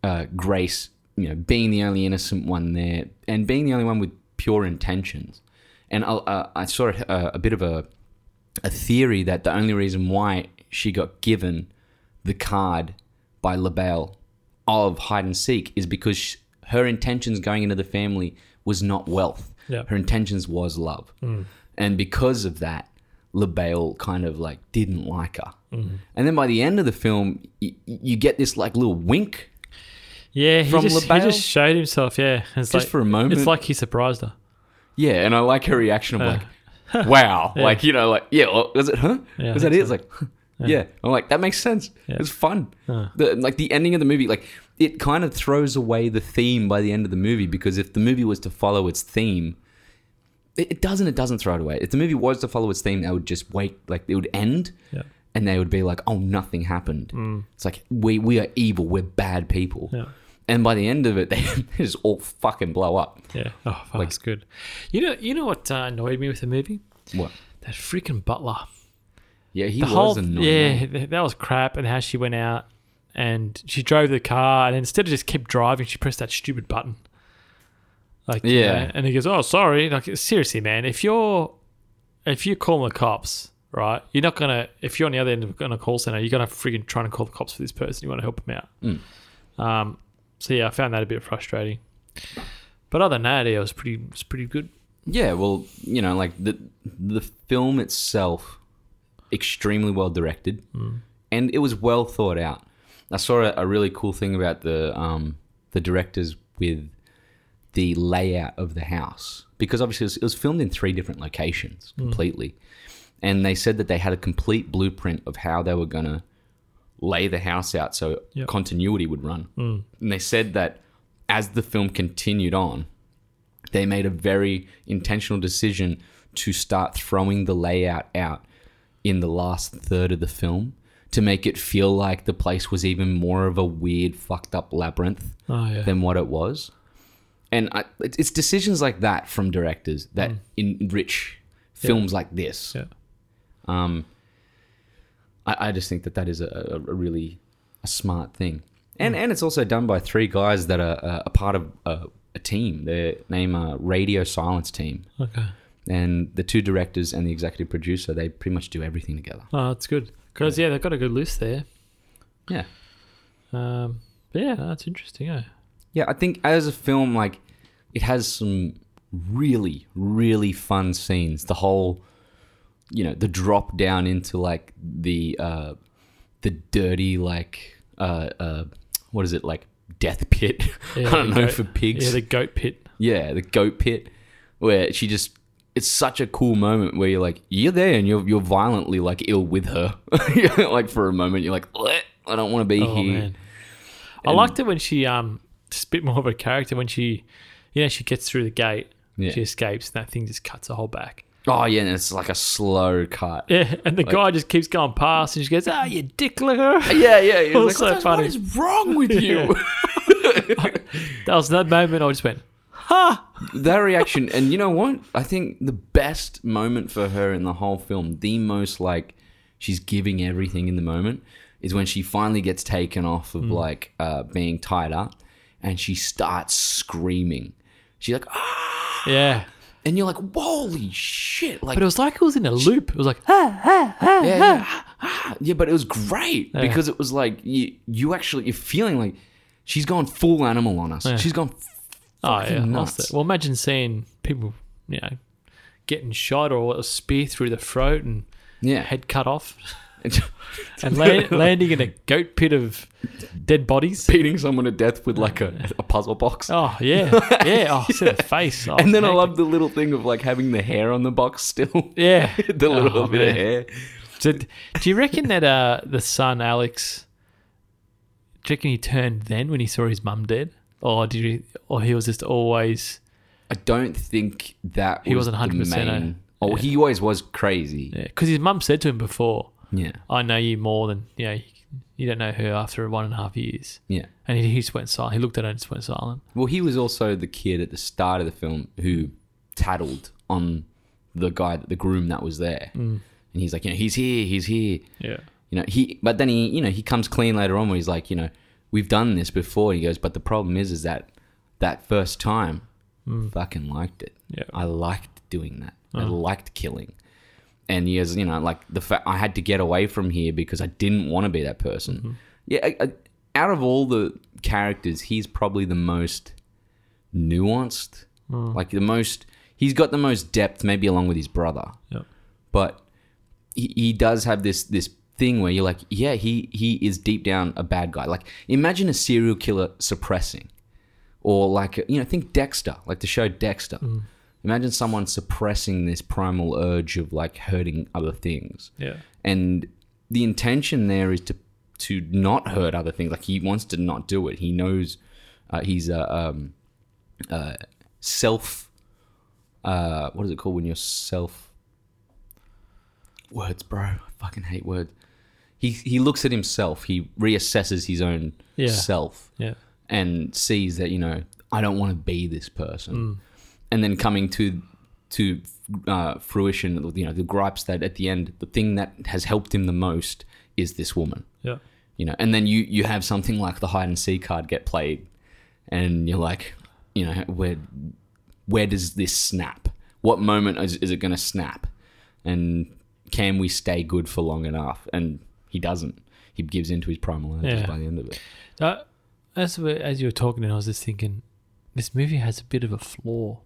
Speaker 1: uh, Grace, you know, being the only innocent one there, and being the only one with pure intentions. And I, uh, I saw a, a bit of a a theory that the only reason why she got given the card by LaBelle of hide and seek is because sh her intentions going into the family was not wealth.
Speaker 2: Yeah.
Speaker 1: Her intentions was love. And because of that, LaBelle kind of like didn't like her. And then by the end of the film, y- y- you get this like little wink
Speaker 2: Yeah, he
Speaker 1: From
Speaker 2: just he
Speaker 1: LaBelle?
Speaker 2: just showed himself. Yeah, it's
Speaker 1: just
Speaker 2: like,
Speaker 1: for a moment.
Speaker 2: It's like he surprised her.
Speaker 1: Yeah, and I like her reaction of like, wow, like you know, like yeah, well, is it huh?
Speaker 2: Yeah, I
Speaker 1: is that
Speaker 2: think
Speaker 1: it? It's like, huh, yeah. I'm like that makes sense. It's fun. The, like the ending of the movie, like it kind of throws away the theme by the end of the movie because if the movie was to follow its theme, it, it doesn't. It doesn't throw it away. If the movie was to follow its theme, they would just wait, like it would end.
Speaker 2: Yeah. Mm.
Speaker 1: And they would be like, "Oh, nothing happened." It's like we we are evil. We're bad people.
Speaker 2: Yeah.
Speaker 1: And by the end of it, they just all fucking blow up.
Speaker 2: Yeah. Oh, fuck, that's good. You know, you know what uh, annoyed me with the movie?
Speaker 1: What?
Speaker 2: That freaking butler.
Speaker 1: Yeah, he
Speaker 2: The
Speaker 1: was
Speaker 2: whole
Speaker 1: annoying.
Speaker 2: yeah, th- that was crap. And how she went out and she drove the car, and instead of just kept driving, she pressed that stupid button. Like you
Speaker 1: Yeah.
Speaker 2: know, and he goes, "Oh, sorry." Like seriously, man, if you're if you're calling the cops, right, you're not gonna. If you're on the other end of on a call center, you're gonna freaking trying to call the cops for this person. You want to help him out. Um. So yeah, I found that a bit frustrating. But other than that, yeah, it was pretty it was pretty good.
Speaker 1: Yeah, well, you know, like the the film itself, extremely well directed,
Speaker 2: Hmm.
Speaker 1: and it was well thought out. I saw a, a really cool thing about the um, the directors with the layout of the house because obviously it was, it was filmed in three different locations
Speaker 2: Hmm.
Speaker 1: completely, and they said that they had a complete blueprint of how they were gonna lay the house out so
Speaker 2: Yep. Hmm.
Speaker 1: continuity would run. And they said that as the film continued on, they made a very intentional decision to start throwing the layout out in the last third of the film to make it feel like the place was even more of a weird, fucked up labyrinth
Speaker 2: Oh yeah.
Speaker 1: than what it was. And I, it's it's decisions like that from directors that enrich films like this.
Speaker 2: Yeah.
Speaker 1: Um, I, I just think that that is a, a, a really a smart thing, and and it's also done by three guys that are uh, a part of a, a team. Their name are Radio Silence Team,
Speaker 2: Okay.
Speaker 1: and the two directors and the executive producer they pretty much do everything together.
Speaker 2: Oh, that's good. Because yeah, they've got a good list there.
Speaker 1: Yeah,
Speaker 2: Um, but yeah, that's interesting. Eh?
Speaker 1: yeah. I think as a film, like it has some really really fun scenes. The whole, you know, the drop down into like the uh, the dirty like uh, uh, what is it like death pit?
Speaker 2: Yeah,
Speaker 1: I don't
Speaker 2: the
Speaker 1: know
Speaker 2: goat-
Speaker 1: for pigs.
Speaker 2: Yeah, the goat pit.
Speaker 1: Yeah, the goat pit where she just it's such a cool moment where you're like you're there and you're you're violently like ill with her. like for a moment you're like "Bleh, I don't want to be
Speaker 2: Oh
Speaker 1: here.
Speaker 2: man, I liked it when she um, just a bit more of a character when she, you know, she gets through the gate,
Speaker 1: Yeah.
Speaker 2: she escapes, and that thing just cuts her whole back.
Speaker 1: Oh yeah, and it's like a slow cut.
Speaker 2: Yeah, and the guy just keeps going past, and she goes, "Ah, you dick licker."
Speaker 1: Yeah, yeah. It
Speaker 2: was so
Speaker 1: "What is-
Speaker 2: funny."
Speaker 1: What is wrong with you?
Speaker 2: That was that moment I just went,
Speaker 1: that reaction, and you know what? I think the best moment for her in the whole film, the most like she's giving everything in the moment, is when she finally gets taken off of
Speaker 2: Mm.
Speaker 1: like uh, being tied up, and she starts screaming. She's like, ah,
Speaker 2: "Yeah,"
Speaker 1: and you're like, holy shit! Like,
Speaker 2: but it was like it was in a loop. It was like, "Ah."
Speaker 1: yeah, yeah, ah, ah. yeah, but it was great because it was like you, you actually, you're feeling like she's gone full animal on us. She's gone
Speaker 2: "Oh yeah,
Speaker 1: fucking
Speaker 2: lost
Speaker 1: nuts.
Speaker 2: it." Well, imagine seeing people, you know, getting shot or a spear through the throat and
Speaker 1: yeah.
Speaker 2: head cut off. and land, landing in a goat pit of dead bodies.
Speaker 1: beating someone to death with like a, a puzzle box.
Speaker 2: Oh yeah, yeah. Oh, see the face. Oh,
Speaker 1: and then I
Speaker 2: heck.
Speaker 1: love the little thing of like having the hair on the box still.
Speaker 2: yeah
Speaker 1: the little
Speaker 2: Oh,
Speaker 1: bit
Speaker 2: man.
Speaker 1: of hair.
Speaker 2: So, d- do you reckon that uh, the son Alex? Do you reckon he turned then when he saw his mum dead, or did he, or he was just always?
Speaker 1: I don't think that
Speaker 2: He
Speaker 1: was
Speaker 2: wasn't
Speaker 1: the
Speaker 2: 100%, eh?
Speaker 1: main. Oh, he always was crazy. Yeah.
Speaker 2: Because his mum said to him before, "I know you more than you know. You don't know her after one and a half years."
Speaker 1: Yeah.
Speaker 2: And he, he just went silent. He looked at her and just went silent.
Speaker 1: Well, he was also the kid at the start of the film who tattled on the guy, the groom that was there. Mm. And he's like, you know, he's here, he's here.
Speaker 2: Yeah.
Speaker 1: You know, he, but then he, you know, he comes clean later on where he's like, you know, we've done this before. He goes, but the problem is, is that that first time, fucking liked it.
Speaker 2: Yeah. Uh-huh.
Speaker 1: I liked doing that. I liked killing. And he goes, you know, like the fact I had to get away from here because I didn't want to be that person.
Speaker 2: Mm-hmm.
Speaker 1: Yeah. I, I, out of all the characters, he's probably the most nuanced.
Speaker 2: Mm.
Speaker 1: Like the most, he's got the most depth, maybe along with his brother
Speaker 2: Yeah.
Speaker 1: but he, he does have this this thing where you're like, yeah, he he is deep down a bad guy. Like imagine a serial killer suppressing, or like you know think Dexter, like the show Dexter.
Speaker 2: Mm.
Speaker 1: Imagine someone suppressing this primal urge of like hurting other things,
Speaker 2: Yeah.
Speaker 1: and the intention there is to to not hurt other things. Like he wants to not do it. He knows uh, he's a um, uh, self. Uh, what is it called when you're self? Words, bro. I fucking hate words. He he looks at himself. He reassesses his own
Speaker 2: Yeah.
Speaker 1: self
Speaker 2: Yeah.
Speaker 1: and sees that you know I don't want to be this person, and then coming to to uh, fruition, you know, the gripes that at the end, the thing that has helped him the most is this woman,
Speaker 2: Yeah.
Speaker 1: you know, and then you you have something like the hide and seek card get played, and you're like, you know, where where does this snap? What moment is, is it going to snap? And can we stay good for long enough? And he doesn't. He gives into his primal urges
Speaker 2: Yeah.
Speaker 1: by the end of it.
Speaker 2: Uh, as we- as you were talking, and I was just thinking, this movie has a bit of a flaw.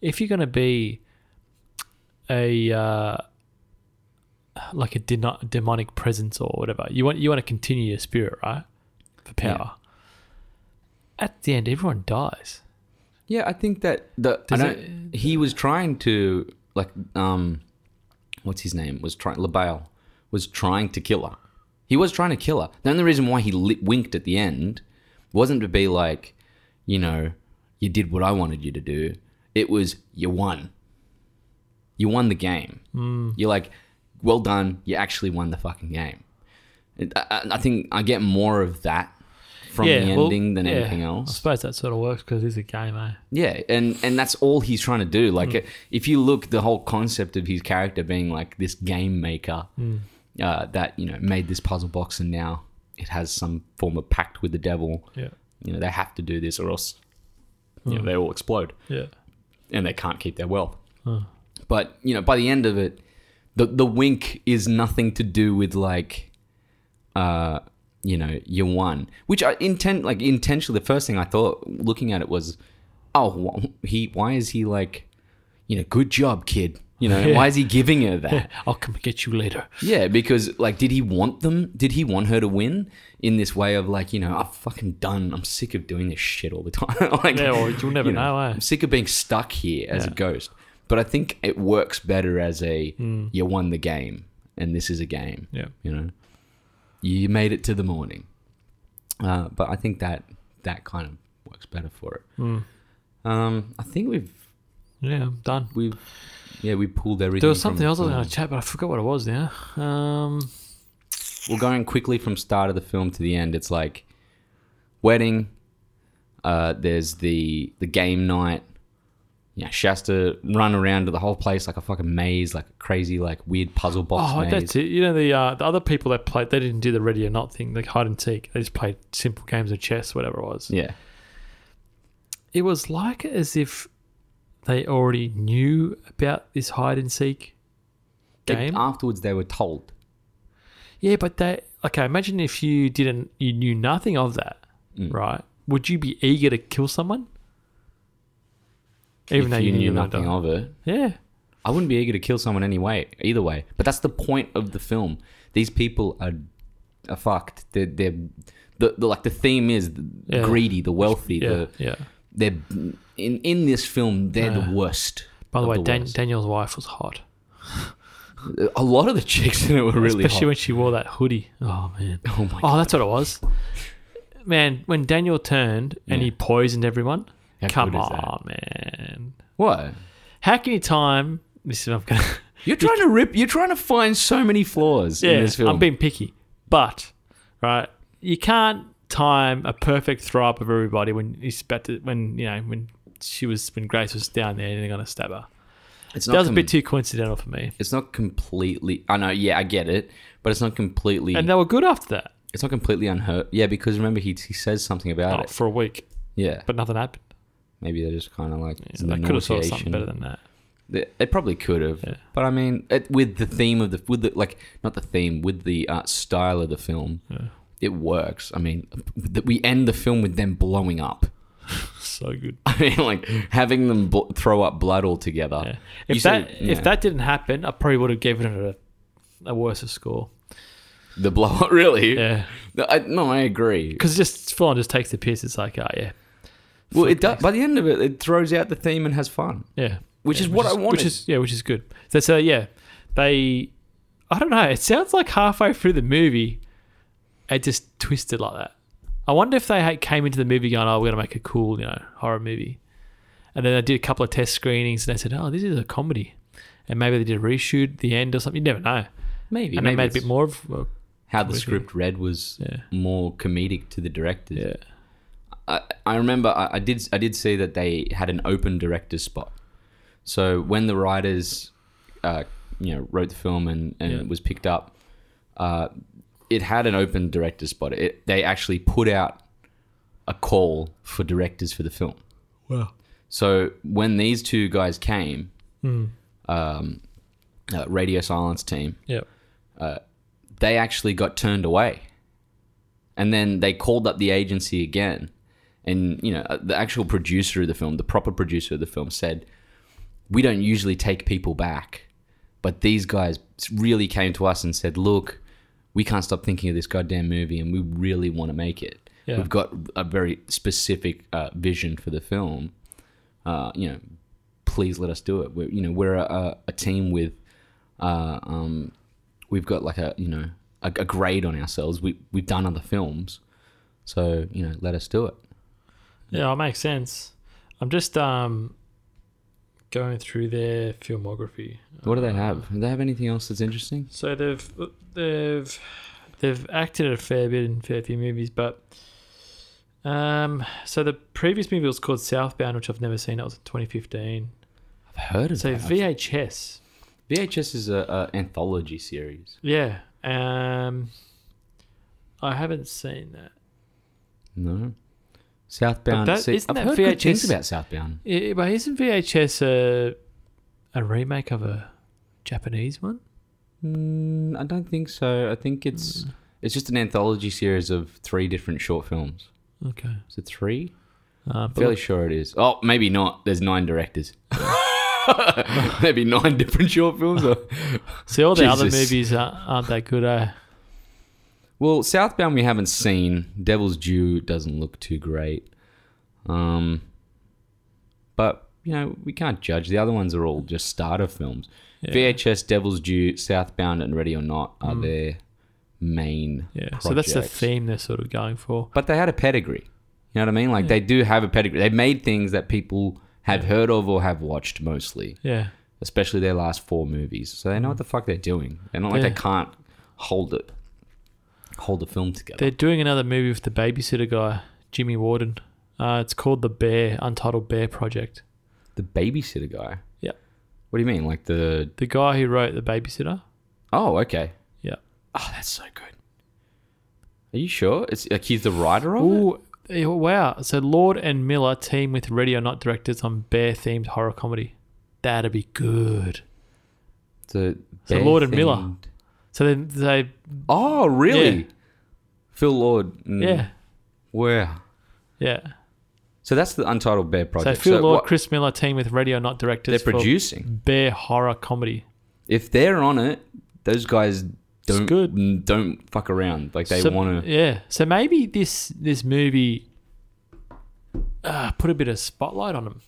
Speaker 2: If you're going to be a uh, like a deno- demonic presence or whatever, you want you want to continue your spirit, right? For power. At the end, everyone dies.
Speaker 1: Yeah, I think that the I
Speaker 2: Does
Speaker 1: don't, he was trying to like um, what's his name was trying Labelle was trying to kill her. He was trying to kill her. The only reason why he li- winked at the end wasn't to be like, you know, you did what I wanted you to do. It was you won. You won the game. You're like, well done. You actually won the fucking game. It- I, I- I think I get more of that from the
Speaker 2: well,
Speaker 1: ending than
Speaker 2: yeah.
Speaker 1: anything
Speaker 2: I
Speaker 1: else.
Speaker 2: suppose that sort of works because it's a game, eh?
Speaker 1: Yeah, and and that's all he's trying to do. Like, if you look, the whole concept of his character being like this game maker uh, that you know made this puzzle box, and now it has some form of pact with the devil.
Speaker 2: Yeah,
Speaker 1: You know, they have to do this, or else you know, they all explode
Speaker 2: yeah,
Speaker 1: and they can't keep their wealth. But you know, by the end of it, the the wink is nothing to do with like, uh, you know, you won, which I intent like intentionally. The first thing I thought looking at it was, oh, wh- he why is he like, you know, good job, kid. You know, why is he giving her that?
Speaker 2: I'll come get you later.
Speaker 1: Yeah, because like, did he want them? Did he want her to win in this way of like, you know, I'm fucking done. I'm sick of doing this shit all the time. like,
Speaker 2: Yeah, well, you'll never know, eh?
Speaker 1: I'm sick of being stuck here as a ghost. But I think it works better as a you won the game, and this is a game.
Speaker 2: Hmm. Yeah,
Speaker 1: You know, you made it to the morning. Uh, but I think that that kind of works better for it.
Speaker 2: Hmm.
Speaker 1: Um, I think we've
Speaker 2: yeah, I'm done.
Speaker 1: we've yeah we pulled everything.
Speaker 2: There was something
Speaker 1: from-
Speaker 2: else I was
Speaker 1: from-
Speaker 2: going to chat, but I forgot what it was now. Um,
Speaker 1: we're going quickly from start of the film to the end. It's like wedding. Uh, there's the the game night. Yeah, she has to run around to the whole place like a fucking maze, like a crazy, like weird puzzle box
Speaker 2: oh,
Speaker 1: maze.
Speaker 2: that's it. You know the uh, the other people that played, they didn't do the ready or not thing, like hide and seek. They just played simple games of chess, whatever it was.
Speaker 1: Yeah,
Speaker 2: It was like as if they already knew about this hide and seek
Speaker 1: They-
Speaker 2: game.
Speaker 1: afterwards, they were told.
Speaker 2: Yeah, but they okay. Imagine if you didn't, you knew nothing of that,
Speaker 1: Mm.
Speaker 2: right? Would you be eager to kill someone, even
Speaker 1: if
Speaker 2: though
Speaker 1: you knew
Speaker 2: they
Speaker 1: nothing
Speaker 2: died?
Speaker 1: of it,
Speaker 2: Yeah,
Speaker 1: I wouldn't be eager to kill someone anyway. Either way, but that's the point of the film. These people are are fucked. They're, they're the, the like the theme is
Speaker 2: Yeah.
Speaker 1: greedy, the wealthy,
Speaker 2: yeah,
Speaker 1: the
Speaker 2: yeah.
Speaker 1: they're in in this film they're the worst.
Speaker 2: By the
Speaker 1: of
Speaker 2: way, Dan-
Speaker 1: worst.
Speaker 2: Daniel's wife was hot,
Speaker 1: a lot of the chicks in it were really
Speaker 2: especially
Speaker 1: hot.
Speaker 2: when she wore that hoodie. Oh man.
Speaker 1: Oh my
Speaker 2: Oh, that's what it was. Man, when Daniel turned and he poisoned everyone.
Speaker 1: How
Speaker 2: come
Speaker 1: good is that?
Speaker 2: on, man.
Speaker 1: What?
Speaker 2: How can you time? This is I'm gonna.
Speaker 1: You're trying to rip. You're trying to find so many flaws in this film.
Speaker 2: I'm being picky, but right, you can't time a perfect throw up of everybody when he's about to, when you know when she was when Grace was down there and they're gonna stab her.
Speaker 1: it's
Speaker 2: That
Speaker 1: not.
Speaker 2: was a
Speaker 1: Com-
Speaker 2: bit too coincidental for me.
Speaker 1: it's not completely. I know. Yeah, I get it, but it's not completely.
Speaker 2: And they were good after that
Speaker 1: it's not completely unhurt. Yeah, because remember he he says something about
Speaker 2: oh,
Speaker 1: it.
Speaker 2: for a week,
Speaker 1: Yeah,
Speaker 2: but nothing happened.
Speaker 1: maybe they're just kind of like it's
Speaker 2: So they
Speaker 1: an
Speaker 2: could have saw
Speaker 1: nauseation.
Speaker 2: something better than that.
Speaker 1: They, they probably could have,
Speaker 2: Yeah.
Speaker 1: but I mean, it, with the theme of the with the like not the theme with the uh, style of the film,
Speaker 2: Yeah.
Speaker 1: it works. I mean, th- we end the film with them blowing up.
Speaker 2: So good.
Speaker 1: I mean, like having them bl- throw up blood all together.
Speaker 2: Yeah.
Speaker 1: You
Speaker 2: If
Speaker 1: say-
Speaker 2: that
Speaker 1: yeah.
Speaker 2: if that didn't happen, I probably would have given it a, a worse score.
Speaker 1: the blow up, really?
Speaker 2: Yeah,
Speaker 1: No, I, no, I agree.
Speaker 2: because just full on just takes the piss. It's like, oh yeah,
Speaker 1: Well, it does, by the end of it, it throws out the theme and has fun,
Speaker 2: yeah.
Speaker 1: which is
Speaker 2: Yeah,
Speaker 1: what I wanted.
Speaker 2: Which is yeah, which is good. So, so yeah, they. I don't know. It sounds like halfway through the movie, it just twisted like that. I wonder if they had, came into the movie going, "Oh, we're gonna make a cool, you know, horror movie," and then they did a couple of test screenings and they said, "Oh, this is a comedy," and maybe they did a reshoot at the end or something. You never know.
Speaker 1: maybe,
Speaker 2: and
Speaker 1: maybe
Speaker 2: they made a
Speaker 1: it's
Speaker 2: bit more of. Well,
Speaker 1: how the script read was
Speaker 2: Yeah.
Speaker 1: more comedic to the directors.
Speaker 2: yeah.
Speaker 1: I, I remember I, I did I did see that they had an open director's spot. So when the writers, uh, you know, wrote the film and, and
Speaker 2: Yeah.
Speaker 1: it was picked up, uh, it had an open director's spot. It, they actually put out a call for directors for the film.
Speaker 2: Wow.
Speaker 1: So when these two guys came,
Speaker 2: Hmm.
Speaker 1: um, uh, Radio Silence team,
Speaker 2: Yeah.
Speaker 1: they actually got turned away. And then they called up the agency again. And, you know, uh, the actual producer of the film, the proper producer of the film, said, We don't usually take people back. But these guys really came to us and said, Look, we can't stop thinking of this goddamn movie and we really want to make it.
Speaker 2: Yeah.
Speaker 1: We've got a very specific uh, vision for the film. Uh, you know, please let us do it. We're, you know, we're a- a, a team with uh, um, we've got like a you know a, a grade on ourselves. We we've done other films, so you know let us do it.
Speaker 2: Yeah, it makes sense. I'm just um going through their filmography. Uh,
Speaker 1: What do they have? Do they have anything else that's interesting?
Speaker 2: So they've they've they've acted a fair bit in a fair few movies, but um, so the previous movie was called Southbound, which I've never seen. That was in 2015.
Speaker 1: I've heard of
Speaker 2: So
Speaker 1: that.
Speaker 2: VHS,
Speaker 1: VHS is a, a anthology series.
Speaker 2: yeah. Um, I haven't seen that.
Speaker 1: No. Southbound.
Speaker 2: that-
Speaker 1: see,
Speaker 2: isn't
Speaker 1: I've
Speaker 2: that
Speaker 1: heard good things
Speaker 2: VHS?
Speaker 1: about Southbound.
Speaker 2: Yeah, but isn't VHS a a remake of a Japanese one?
Speaker 1: Mm, I don't think so. I think it's
Speaker 2: Hmm.
Speaker 1: it's just an anthology series of three different short films.
Speaker 2: Okay.
Speaker 1: Is it three?
Speaker 2: Uh, but
Speaker 1: Fairly sure it is. Oh, maybe not. There's nine directors. maybe nine different short films. or-
Speaker 2: See, all the other
Speaker 1: Jesus.
Speaker 2: movies aren't, aren't that good. Eh?
Speaker 1: well, Southbound we haven't seen. Devil's Due doesn't look too great. Um, but you know we can't judge. The other ones are all just starter films.
Speaker 2: Yeah. Hmm.
Speaker 1: VHS, Devil's Due, Southbound, and Ready or Not are their main.
Speaker 2: Yeah. So that's the
Speaker 1: projects.
Speaker 2: theme they're sort of going for.
Speaker 1: but they had a pedigree. You know what I mean? Like
Speaker 2: Hmm.
Speaker 1: they do have a pedigree. They made things that people have heard of or have watched mostly,
Speaker 2: Yeah.
Speaker 1: especially their last four movies. So they know what the fuck they're doing. They're not like
Speaker 2: Hmm. Yeah.
Speaker 1: they can't hold it, hold a film together.
Speaker 2: They're doing another movie with the babysitter guy, Jimmy Warden. Uh, it's called The Bear, Untitled Bear Project.
Speaker 1: the babysitter guy.
Speaker 2: Yeah.
Speaker 1: What do you mean? Like the
Speaker 2: The guy who wrote The Babysitter.
Speaker 1: oh okay.
Speaker 2: Yeah.
Speaker 1: Oh, that's so good. Are you sure? It's like he's the writer of it.
Speaker 2: Ooh, eh, wow. So Lord and Miller team with Ready or Not directors on bear themed horror comedy. That'd be good.
Speaker 1: The
Speaker 2: So Lord and
Speaker 1: bare-themed-
Speaker 2: Miller. So then they,
Speaker 1: Oh really?
Speaker 2: Yeah.
Speaker 1: Phil Lord. Mm.
Speaker 2: yeah,
Speaker 1: Wow.
Speaker 2: yeah.
Speaker 1: So that's the Untitled Bear
Speaker 2: So
Speaker 1: project.
Speaker 2: Phil Lord,
Speaker 1: what-
Speaker 2: Chris Miller team with Ready or Not
Speaker 1: they're
Speaker 2: directors for
Speaker 1: producing.
Speaker 2: bear horror comedy.
Speaker 1: If they're on it, those guys don't
Speaker 2: good.
Speaker 1: n- don't fuck around. Like they
Speaker 2: So-
Speaker 1: want to.
Speaker 2: Yeah. So maybe this this movie uh, put a bit of spotlight on them.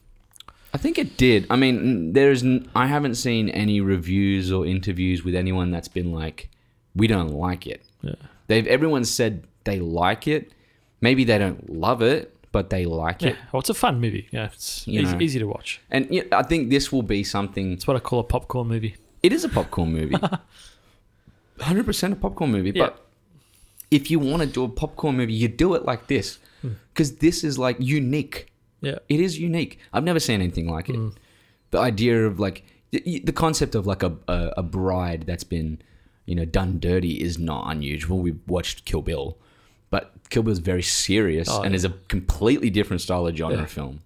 Speaker 1: I think it did. I mean, n- there's. n- I haven't seen any reviews or interviews with anyone that's been like, we don't like it.
Speaker 2: Yeah.
Speaker 1: They've everyone said they like it. Maybe they don't love it, but they like
Speaker 2: Yeah.
Speaker 1: it.
Speaker 2: Well, it's a fun movie. Yeah. It's
Speaker 1: You
Speaker 2: easy,
Speaker 1: know.
Speaker 2: easy to watch.
Speaker 1: And yeah, I think this will be something.
Speaker 2: It's what I call a popcorn movie.
Speaker 1: It is a popcorn movie. Hundred percent a popcorn movie,
Speaker 2: Yeah.
Speaker 1: but if you want to do a popcorn movie, you do it like this,
Speaker 2: Hmm.
Speaker 1: because this is like unique.
Speaker 2: Yeah. Mm.
Speaker 1: It is unique. I've never seen anything like it. The idea of like the, y- the concept of like a, a a bride that's been you know done dirty is not unusual. We've watched Kill Bill, but Kill Bill is very serious
Speaker 2: Oh,
Speaker 1: and is a completely different style of genre film.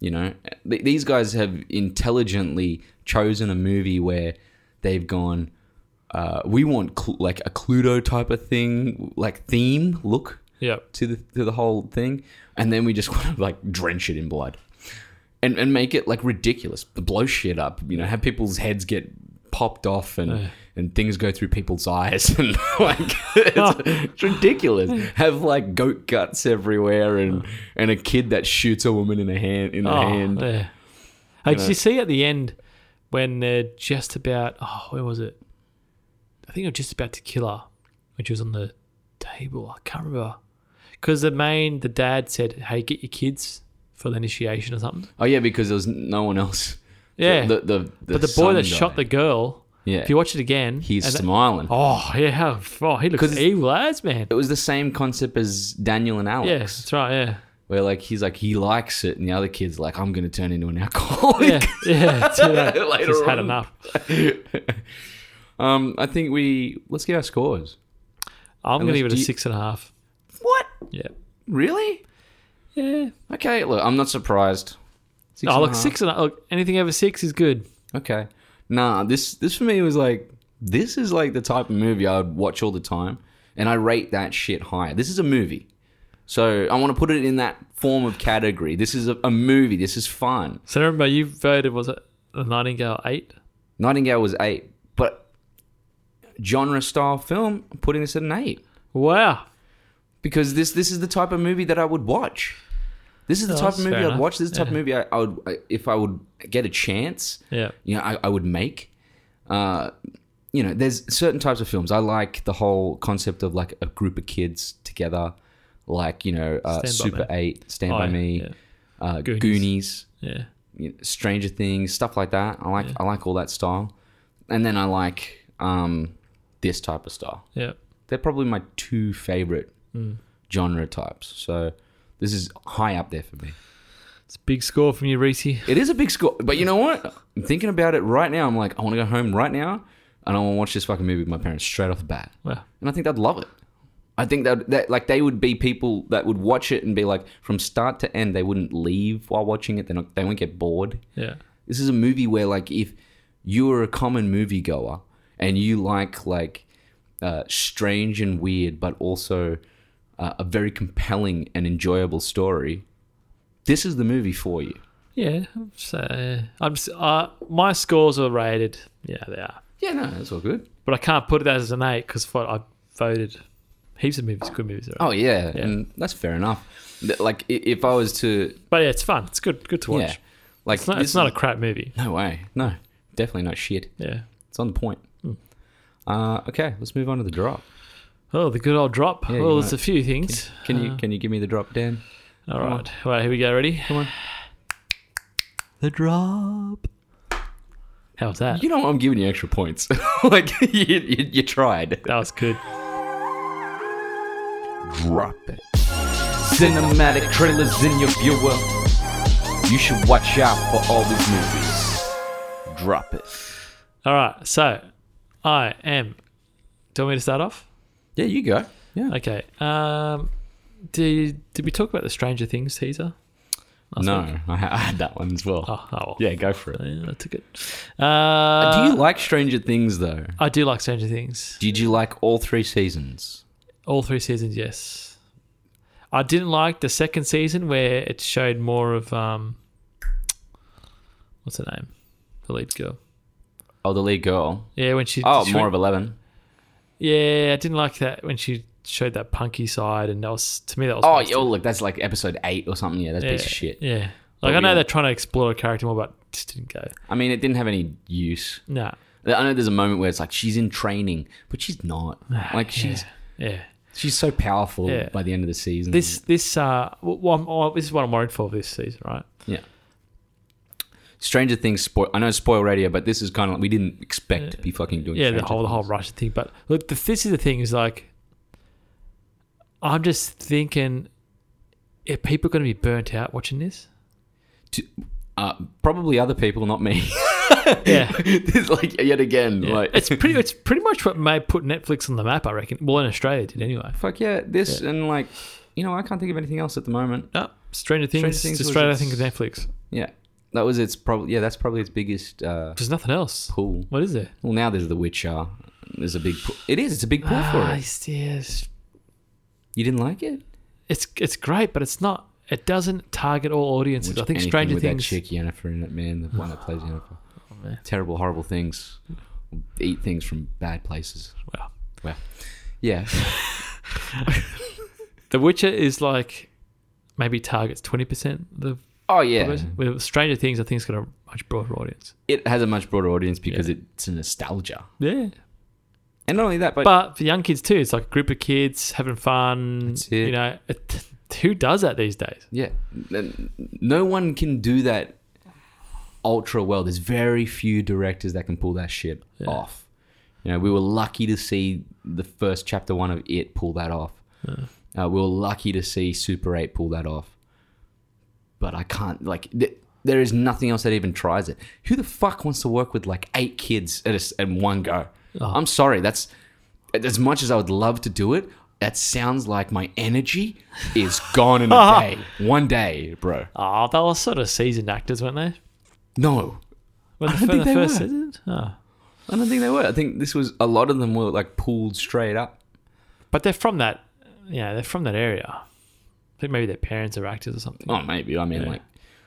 Speaker 1: You know, Th- these guys have intelligently chosen a movie where they've gone. Uh, we want cl- like a Cluedo type of thing, like theme look
Speaker 2: Yeah.
Speaker 1: to the to the whole thing, and then we just want to like drench it in blood, and and make it like ridiculous, blow shit up, you know, have people's heads get popped off and and things go through people's eyes and like it's, it's ridiculous. Have like goat guts everywhere and and a kid that shoots a woman in the hand in the
Speaker 2: Oh,
Speaker 1: hand.
Speaker 2: yeah. Hey, did you see at the end when they're just about, oh, where was it? I think they were just about to kill her when she was on the table. I can't remember. Because the main, the dad said, hey, get your kids for the initiation or something.
Speaker 1: Oh yeah, because there was no one else.
Speaker 2: Yeah.
Speaker 1: the, the, the,
Speaker 2: but the boy
Speaker 1: son
Speaker 2: that shot the
Speaker 1: died.
Speaker 2: girl,
Speaker 1: yeah,
Speaker 2: if you watch it again,
Speaker 1: he's
Speaker 2: and-
Speaker 1: smiling.
Speaker 2: Oh yeah, how oh, he looks
Speaker 1: 'Cause it's-
Speaker 2: evil as man.
Speaker 1: It was the same concept as Daniel and Alex.
Speaker 2: Yeah, that's right. Yeah,
Speaker 1: where like he's like he likes it, and the other kid's like, I'm gonna turn into an alcoholic.
Speaker 2: yeah, yeah. that's right.
Speaker 1: Later
Speaker 2: Just had
Speaker 1: on.
Speaker 2: enough.
Speaker 1: Um, I think we let's get our scores.
Speaker 2: I'm gonna
Speaker 1: Unless-
Speaker 2: give it a
Speaker 1: do you-
Speaker 2: six and a half.
Speaker 1: What?
Speaker 2: Yeah,
Speaker 1: Really?
Speaker 2: yeah.
Speaker 1: Okay. Look, I'm not surprised. Six
Speaker 2: oh
Speaker 1: and a
Speaker 2: look,
Speaker 1: half.
Speaker 2: six and a, look, anything over six is good.
Speaker 1: Okay. Nah, this this for me was like this is like the type of movie I would watch all the time, and I rate that shit higher. This is a movie, so I want to put it in that form of category. This is a, a movie. This is fun.
Speaker 2: So remember, you voted was it the Nightingale eight?
Speaker 1: Nightingale was eight, but genre style film, I'm putting this at an eight.
Speaker 2: Wow.
Speaker 1: because this this is the type of movie that I would watch. This is the
Speaker 2: Oh,
Speaker 1: type of
Speaker 2: that's
Speaker 1: movie
Speaker 2: fair
Speaker 1: I'd
Speaker 2: enough.
Speaker 1: watch. This is the type of movie I, I would I, if I would get a chance.
Speaker 2: Yeah,
Speaker 1: You know, I, I would make. Uh, you know, there's certain types of films I like. The whole concept of like a group of kids together, like you know, uh,
Speaker 2: Stand by
Speaker 1: Super
Speaker 2: Me.
Speaker 1: Eight, Stand
Speaker 2: Oh,
Speaker 1: by
Speaker 2: yeah,
Speaker 1: Me,
Speaker 2: yeah.
Speaker 1: Uh, Goonies,
Speaker 2: Goonies. yeah.
Speaker 1: you know, Stranger Things, stuff like that. I like I like all that style, and then I like um, this type of style.
Speaker 2: Yeah.
Speaker 1: they're probably my two favorite genre types. So this is high up there for me.
Speaker 2: It's a big score from you, Reese.
Speaker 1: It is a big score, but you know what? I'm thinking about it right now. I'm like, I want to go home right now, and I want to watch this fucking movie with my parents straight off the bat,
Speaker 2: Well,
Speaker 1: and I think they'd love it. I think that that like they would be people that would watch it and be like, from start to end, they wouldn't leave while watching it. They're not, they won't get bored.
Speaker 2: yeah.
Speaker 1: This is a movie where like if you are a common moviegoer and you like like uh, strange and weird, but also uh, a very compelling and enjoyable story, this is the movie for you.
Speaker 2: Yeah, so I'm s uh, my scores are rated. Yeah, they are,
Speaker 1: Yeah, no, that's all good.
Speaker 2: but I can't put it as an eight because what I voted heaps of movies, good movies. Are
Speaker 1: Oh yeah, and that's fair enough. Th- Like i- if I was to,
Speaker 2: But yeah, it's fun. It's good. Good to watch.
Speaker 1: yeah, like
Speaker 2: It's not.
Speaker 1: this
Speaker 2: It's not a
Speaker 1: is-
Speaker 2: crap movie.
Speaker 1: no way, no, definitely not shit.
Speaker 2: Yeah.
Speaker 1: It's on point. Uh, okay, let's move on to the drop.
Speaker 2: Oh, the good old drop.
Speaker 1: Yeah, you
Speaker 2: well, there's
Speaker 1: might-
Speaker 2: a few things.
Speaker 1: Can you
Speaker 2: Uh,
Speaker 1: can you give me the drop, Dan?
Speaker 2: all right. Well, here we go. Ready? Come on.
Speaker 1: The drop.
Speaker 2: How was that?
Speaker 1: You know, I'm giving you extra points. like you, you, you tried.
Speaker 2: That was good.
Speaker 1: Drop it. Cinematic trailers in your viewer. You should watch out for all these movies. Drop it.
Speaker 2: All right. So, I am. Do you want me to start off?
Speaker 1: Yeah, you go. Yeah.
Speaker 2: Okay. Um, did did we talk about the Stranger Things teaser? last
Speaker 1: no,
Speaker 2: week?
Speaker 1: I, ha- I had that one as well.
Speaker 2: Oh, oh well.
Speaker 1: Yeah, go for it.
Speaker 2: Yeah, I took it. Uh,
Speaker 1: Do you like Stranger Things though?
Speaker 2: I do like Stranger Things.
Speaker 1: Did you like all three seasons?
Speaker 2: All three seasons, yes. I didn't like the second season where it showed more of um, what's her name, the lead girl.
Speaker 1: Oh, the lead girl.
Speaker 2: Yeah, when she.
Speaker 1: Oh,
Speaker 2: she
Speaker 1: more of
Speaker 2: went-
Speaker 1: Eleven.
Speaker 2: Yeah, I didn't like that when she showed that punky side, and that was to me that was.
Speaker 1: Oh,
Speaker 2: wasted.
Speaker 1: yeah, oh, look, that's like episode eight or something. Yeah, that's a piece of shit.
Speaker 2: Yeah, like
Speaker 1: But
Speaker 2: I
Speaker 1: we
Speaker 2: know
Speaker 1: all-
Speaker 2: they're trying to explore a character more, but it just didn't go.
Speaker 1: I mean, it didn't have any use.
Speaker 2: Nah.
Speaker 1: I know there's a moment where it's like she's in training, but she's not. Like she's
Speaker 2: Yeah.
Speaker 1: she's so powerful
Speaker 2: Yeah.
Speaker 1: by the end of the season.
Speaker 2: This this uh, w- well, I'm- oh, this is what I'm worried for this season, right?
Speaker 1: yeah. Stranger Things spoil. I know it's spoil radio, but this is kind of like we didn't expect to be fucking doing.
Speaker 2: Yeah, the
Speaker 1: Stranger
Speaker 2: whole the whole
Speaker 1: Things.
Speaker 2: Russian thing. But look, the, this is the thing is like, I'm just thinking, are people going to be burnt out watching this?
Speaker 1: To- uh, probably other people, not me.
Speaker 2: Yeah.
Speaker 1: It's like yet again, like
Speaker 2: it's pretty. It's pretty much what may put Netflix on the map, I reckon. Well, in Australia, it did anyway.
Speaker 1: fuck yeah, this and like you know I can't think of anything else at the moment.
Speaker 2: No, Stranger Things.
Speaker 1: Stranger Things
Speaker 2: to
Speaker 1: was
Speaker 2: straight, I
Speaker 1: its-
Speaker 2: think of Netflix.
Speaker 1: Yeah, that was its probably yeah that's probably its biggest uh,
Speaker 2: There's nothing else.
Speaker 1: pool.
Speaker 2: What is there?
Speaker 1: Well, now there's The Witcher. There's a big. Pool. It is. It's a big pool
Speaker 2: Ah,
Speaker 1: for it.
Speaker 2: it's- yes.
Speaker 1: You didn't like it.
Speaker 2: It's it's great, but it's not. It doesn't target all audiences. I think
Speaker 1: Anything
Speaker 2: Stranger
Speaker 1: with
Speaker 2: Things.
Speaker 1: That chick Yennefer in it, man, the one that plays Yennefer.
Speaker 2: man.
Speaker 1: Terrible, horrible things. Eat things from bad places.
Speaker 2: Wow.
Speaker 1: Well, yeah,
Speaker 2: The Witcher is like maybe targets twenty percent the
Speaker 1: oh yeah.
Speaker 2: population. With Stranger Things, I think it's got a much broader audience.
Speaker 1: It has a much broader audience because it's a nostalgia,
Speaker 2: Yeah,
Speaker 1: and not only that, but,
Speaker 2: but for young kids too, it's like a group of kids having fun.
Speaker 1: That's it.
Speaker 2: You know, it, who does that these days?
Speaker 1: yeah, n- no one can do that ultra well. There's very few directors that can pull that shit off. You know, we were lucky to see the first chapter one of it pull that off. Uh, we were lucky to see Super 8 pull that off. But I can't, like, th- there is nothing else that even tries it. Who the fuck wants to work with, like, eight kids at, a s at one go? I'm sorry, that's as much as I would love to do it. That sounds like my energy is gone in a day. One day, bro.
Speaker 2: Oh, they were sort of seasoned actors, weren't they?
Speaker 1: No,
Speaker 2: When
Speaker 1: I don't think they were.
Speaker 2: season? Oh.
Speaker 1: I don't think they were. I think this was a lot of them were like pulled straight up.
Speaker 2: But they're from that. Yeah, they're from that area. I think maybe their parents are actors or something.
Speaker 1: Oh, maybe. I mean, like,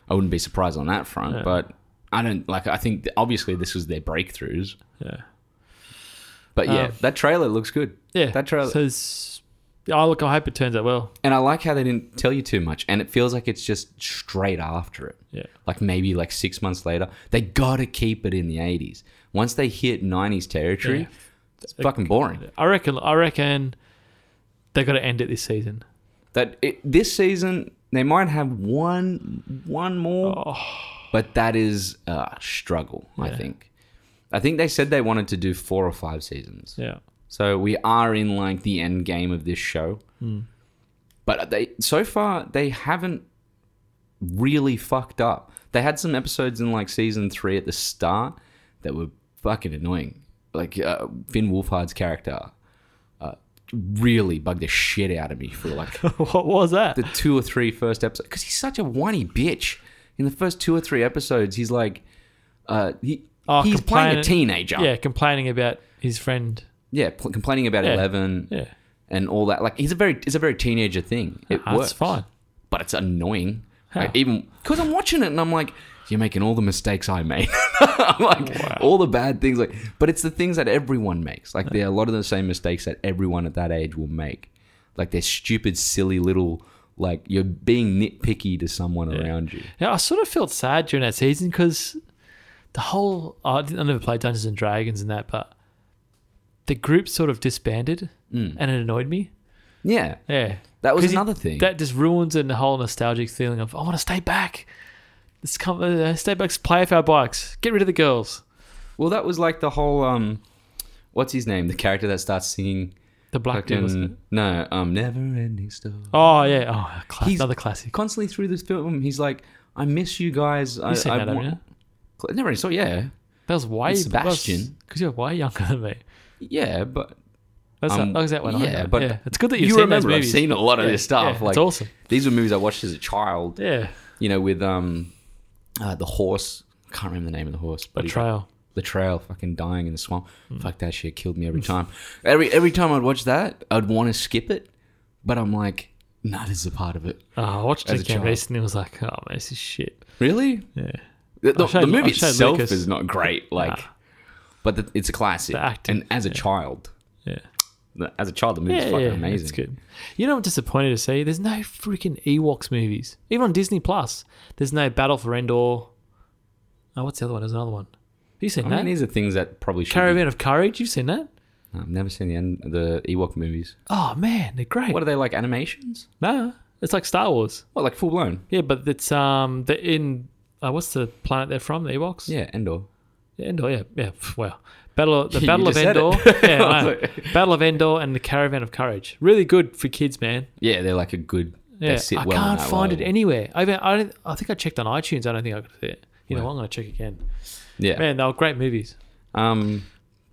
Speaker 1: I wouldn't be surprised on that front, but I don't like. I think th- obviously this was their breakthroughs,
Speaker 2: Yeah,
Speaker 1: but yeah,
Speaker 2: Um,
Speaker 1: that trailer looks good.
Speaker 2: yeah.
Speaker 1: that trailer,
Speaker 2: So it's- oh, look, I hope it turns out well.
Speaker 1: and I like how they didn't tell you too much, and it feels like it's just straight after it.
Speaker 2: Yeah.
Speaker 1: Like maybe like six months later, they gotta keep it in the eighties. Once they hit nineties territory,
Speaker 2: Yeah.
Speaker 1: it's fucking boring.
Speaker 2: I reckon. I reckon they got to end it this season.
Speaker 1: That it, this season they might have one one more, but that is a struggle. I
Speaker 2: Oh. Yeah.
Speaker 1: think. I think they said they wanted to do four or five seasons.
Speaker 2: Yeah.
Speaker 1: So we are in like the end game of this show.
Speaker 2: Hmm.
Speaker 1: But they so far they haven't really fucked up. They had some episodes in like season 3 at the start that were fucking annoying. Like uh, Finn Wolfhard's character uh, really bugged the shit out of me for like
Speaker 2: what was that?
Speaker 1: the two or three first episodes because he's such a whiny bitch. In the first two or three episodes, he's like, uh, he,
Speaker 2: Oh,
Speaker 1: he's playing a
Speaker 2: complaining-
Speaker 1: teenager.
Speaker 2: yeah, complaining about his friend.
Speaker 1: yeah, pl- complaining about
Speaker 2: Yeah.
Speaker 1: eleven
Speaker 2: Yeah,
Speaker 1: and all that. Like, he's a very, it's a very teenager thing. It
Speaker 2: Ah,
Speaker 1: works,
Speaker 2: that's fine.
Speaker 1: but it's annoying.
Speaker 2: How?
Speaker 1: Like, even because I'm watching it and I'm like, you're making all the mistakes I made. I'm like all the bad things. Like, but it's the things that everyone makes. Like, there are a lot of the same mistakes that everyone at that age will make. Like, they're stupid, silly little. Like, you're being nitpicky to someone around you.
Speaker 2: Yeah, I sort of felt sad during that season because the whole I, didn't, I never played Dungeons and Dragons and that, but the group sort of disbanded, and it annoyed me.
Speaker 1: Mm. Yeah,
Speaker 2: Yeah,
Speaker 1: that was
Speaker 2: 'Cause it-
Speaker 1: another thing.
Speaker 2: That just ruins it and the whole nostalgic feeling of I want to stay back. Let's come, uh, stay back, play off our bikes, get rid of the girls,
Speaker 1: well, that was like the whole um, what's his name? The character that starts singing.
Speaker 2: the black dude. wasn't it?
Speaker 1: Fucking, no, um, never ending story.
Speaker 2: Oh yeah, oh cla-
Speaker 1: He's-
Speaker 2: another classic.
Speaker 1: Constantly through this film, he's like, "I miss you guys." I,
Speaker 2: You've seen
Speaker 1: I
Speaker 2: that, haven't
Speaker 1: want- Cl- Never ending story. Yeah,
Speaker 2: That was way
Speaker 1: It's Sebastian.
Speaker 2: because you're way younger than me.
Speaker 1: yeah, but
Speaker 2: That's
Speaker 1: Um,
Speaker 2: that, that was that one.
Speaker 1: yeah,
Speaker 2: Yeah,
Speaker 1: but
Speaker 2: but yeah. it's good that you've
Speaker 1: you
Speaker 2: seen
Speaker 1: remember?
Speaker 2: those
Speaker 1: I've
Speaker 2: movies.
Speaker 1: seen a lot of
Speaker 2: Yeah,
Speaker 1: this stuff.
Speaker 2: yeah,
Speaker 1: like
Speaker 2: it's awesome.
Speaker 1: these were movies I watched as a child.
Speaker 2: Yeah,
Speaker 1: You know, with um, uh, the horse. Can't remember the name of the horse, but
Speaker 2: a
Speaker 1: he-
Speaker 2: trail. Hmm.
Speaker 1: the trail, fucking dying in the swamp. Fuck that shit killed me every time. Every every time I'd watch that, I'd want to skip it, but I'm like, nah, this is a part of it.
Speaker 2: Oh, I watched
Speaker 1: As
Speaker 2: it
Speaker 1: a
Speaker 2: again
Speaker 1: child.
Speaker 2: recently. and was like, oh man, this is shit.
Speaker 1: Really?
Speaker 2: Yeah,
Speaker 1: The, the-
Speaker 2: I'll show-
Speaker 1: the movie
Speaker 2: I'll show
Speaker 1: itself
Speaker 2: Lucas.
Speaker 1: is not great, like,
Speaker 2: Nah.
Speaker 1: but the, it's a classic.
Speaker 2: The acting,
Speaker 1: and as a child,
Speaker 2: yeah,
Speaker 1: the- as a child, the movie's
Speaker 2: yeah,
Speaker 1: fucking
Speaker 2: yeah,
Speaker 1: amazing.
Speaker 2: It's good. You know, I'm disappointed to see there's no freaking Ewoks movies, even on Disney Plus. There's no Battle for Endor. Oh, what's the other one? There's another one. Have you seen
Speaker 1: I
Speaker 2: that?
Speaker 1: mean, these are things that probably should.
Speaker 2: Caravan of Courage. You've seen that?
Speaker 1: be- I've never seen the end, the Ewok movies.
Speaker 2: Oh man, they're great.
Speaker 1: What are they like animations?
Speaker 2: No, it's like Star Wars.
Speaker 1: What like full blown?
Speaker 2: Yeah, but it's um, they're in uh, what's the planet they're from? The Ewoks.
Speaker 1: Yeah, Endor.
Speaker 2: Yeah, Endor, yeah, yeah. pff, Well, battle the
Speaker 1: You
Speaker 2: Battle of
Speaker 1: just said it.
Speaker 2: Endor, yeah,
Speaker 1: I
Speaker 2: I know.
Speaker 1: was like-
Speaker 2: Battle of Endor, and the Caravan of Courage. Really good for kids, man.
Speaker 1: Yeah, they're like a good.
Speaker 2: Yeah,
Speaker 1: they sit
Speaker 2: I
Speaker 1: well in
Speaker 2: can't
Speaker 1: that
Speaker 2: find
Speaker 1: world.
Speaker 2: it anywhere. I mean, I, don't, I think I checked on iTunes. I don't think I could see it. You know,
Speaker 1: Wow.
Speaker 2: what, I'm gonna check again.
Speaker 1: Yeah.
Speaker 2: Man, they were great movies.
Speaker 1: Um,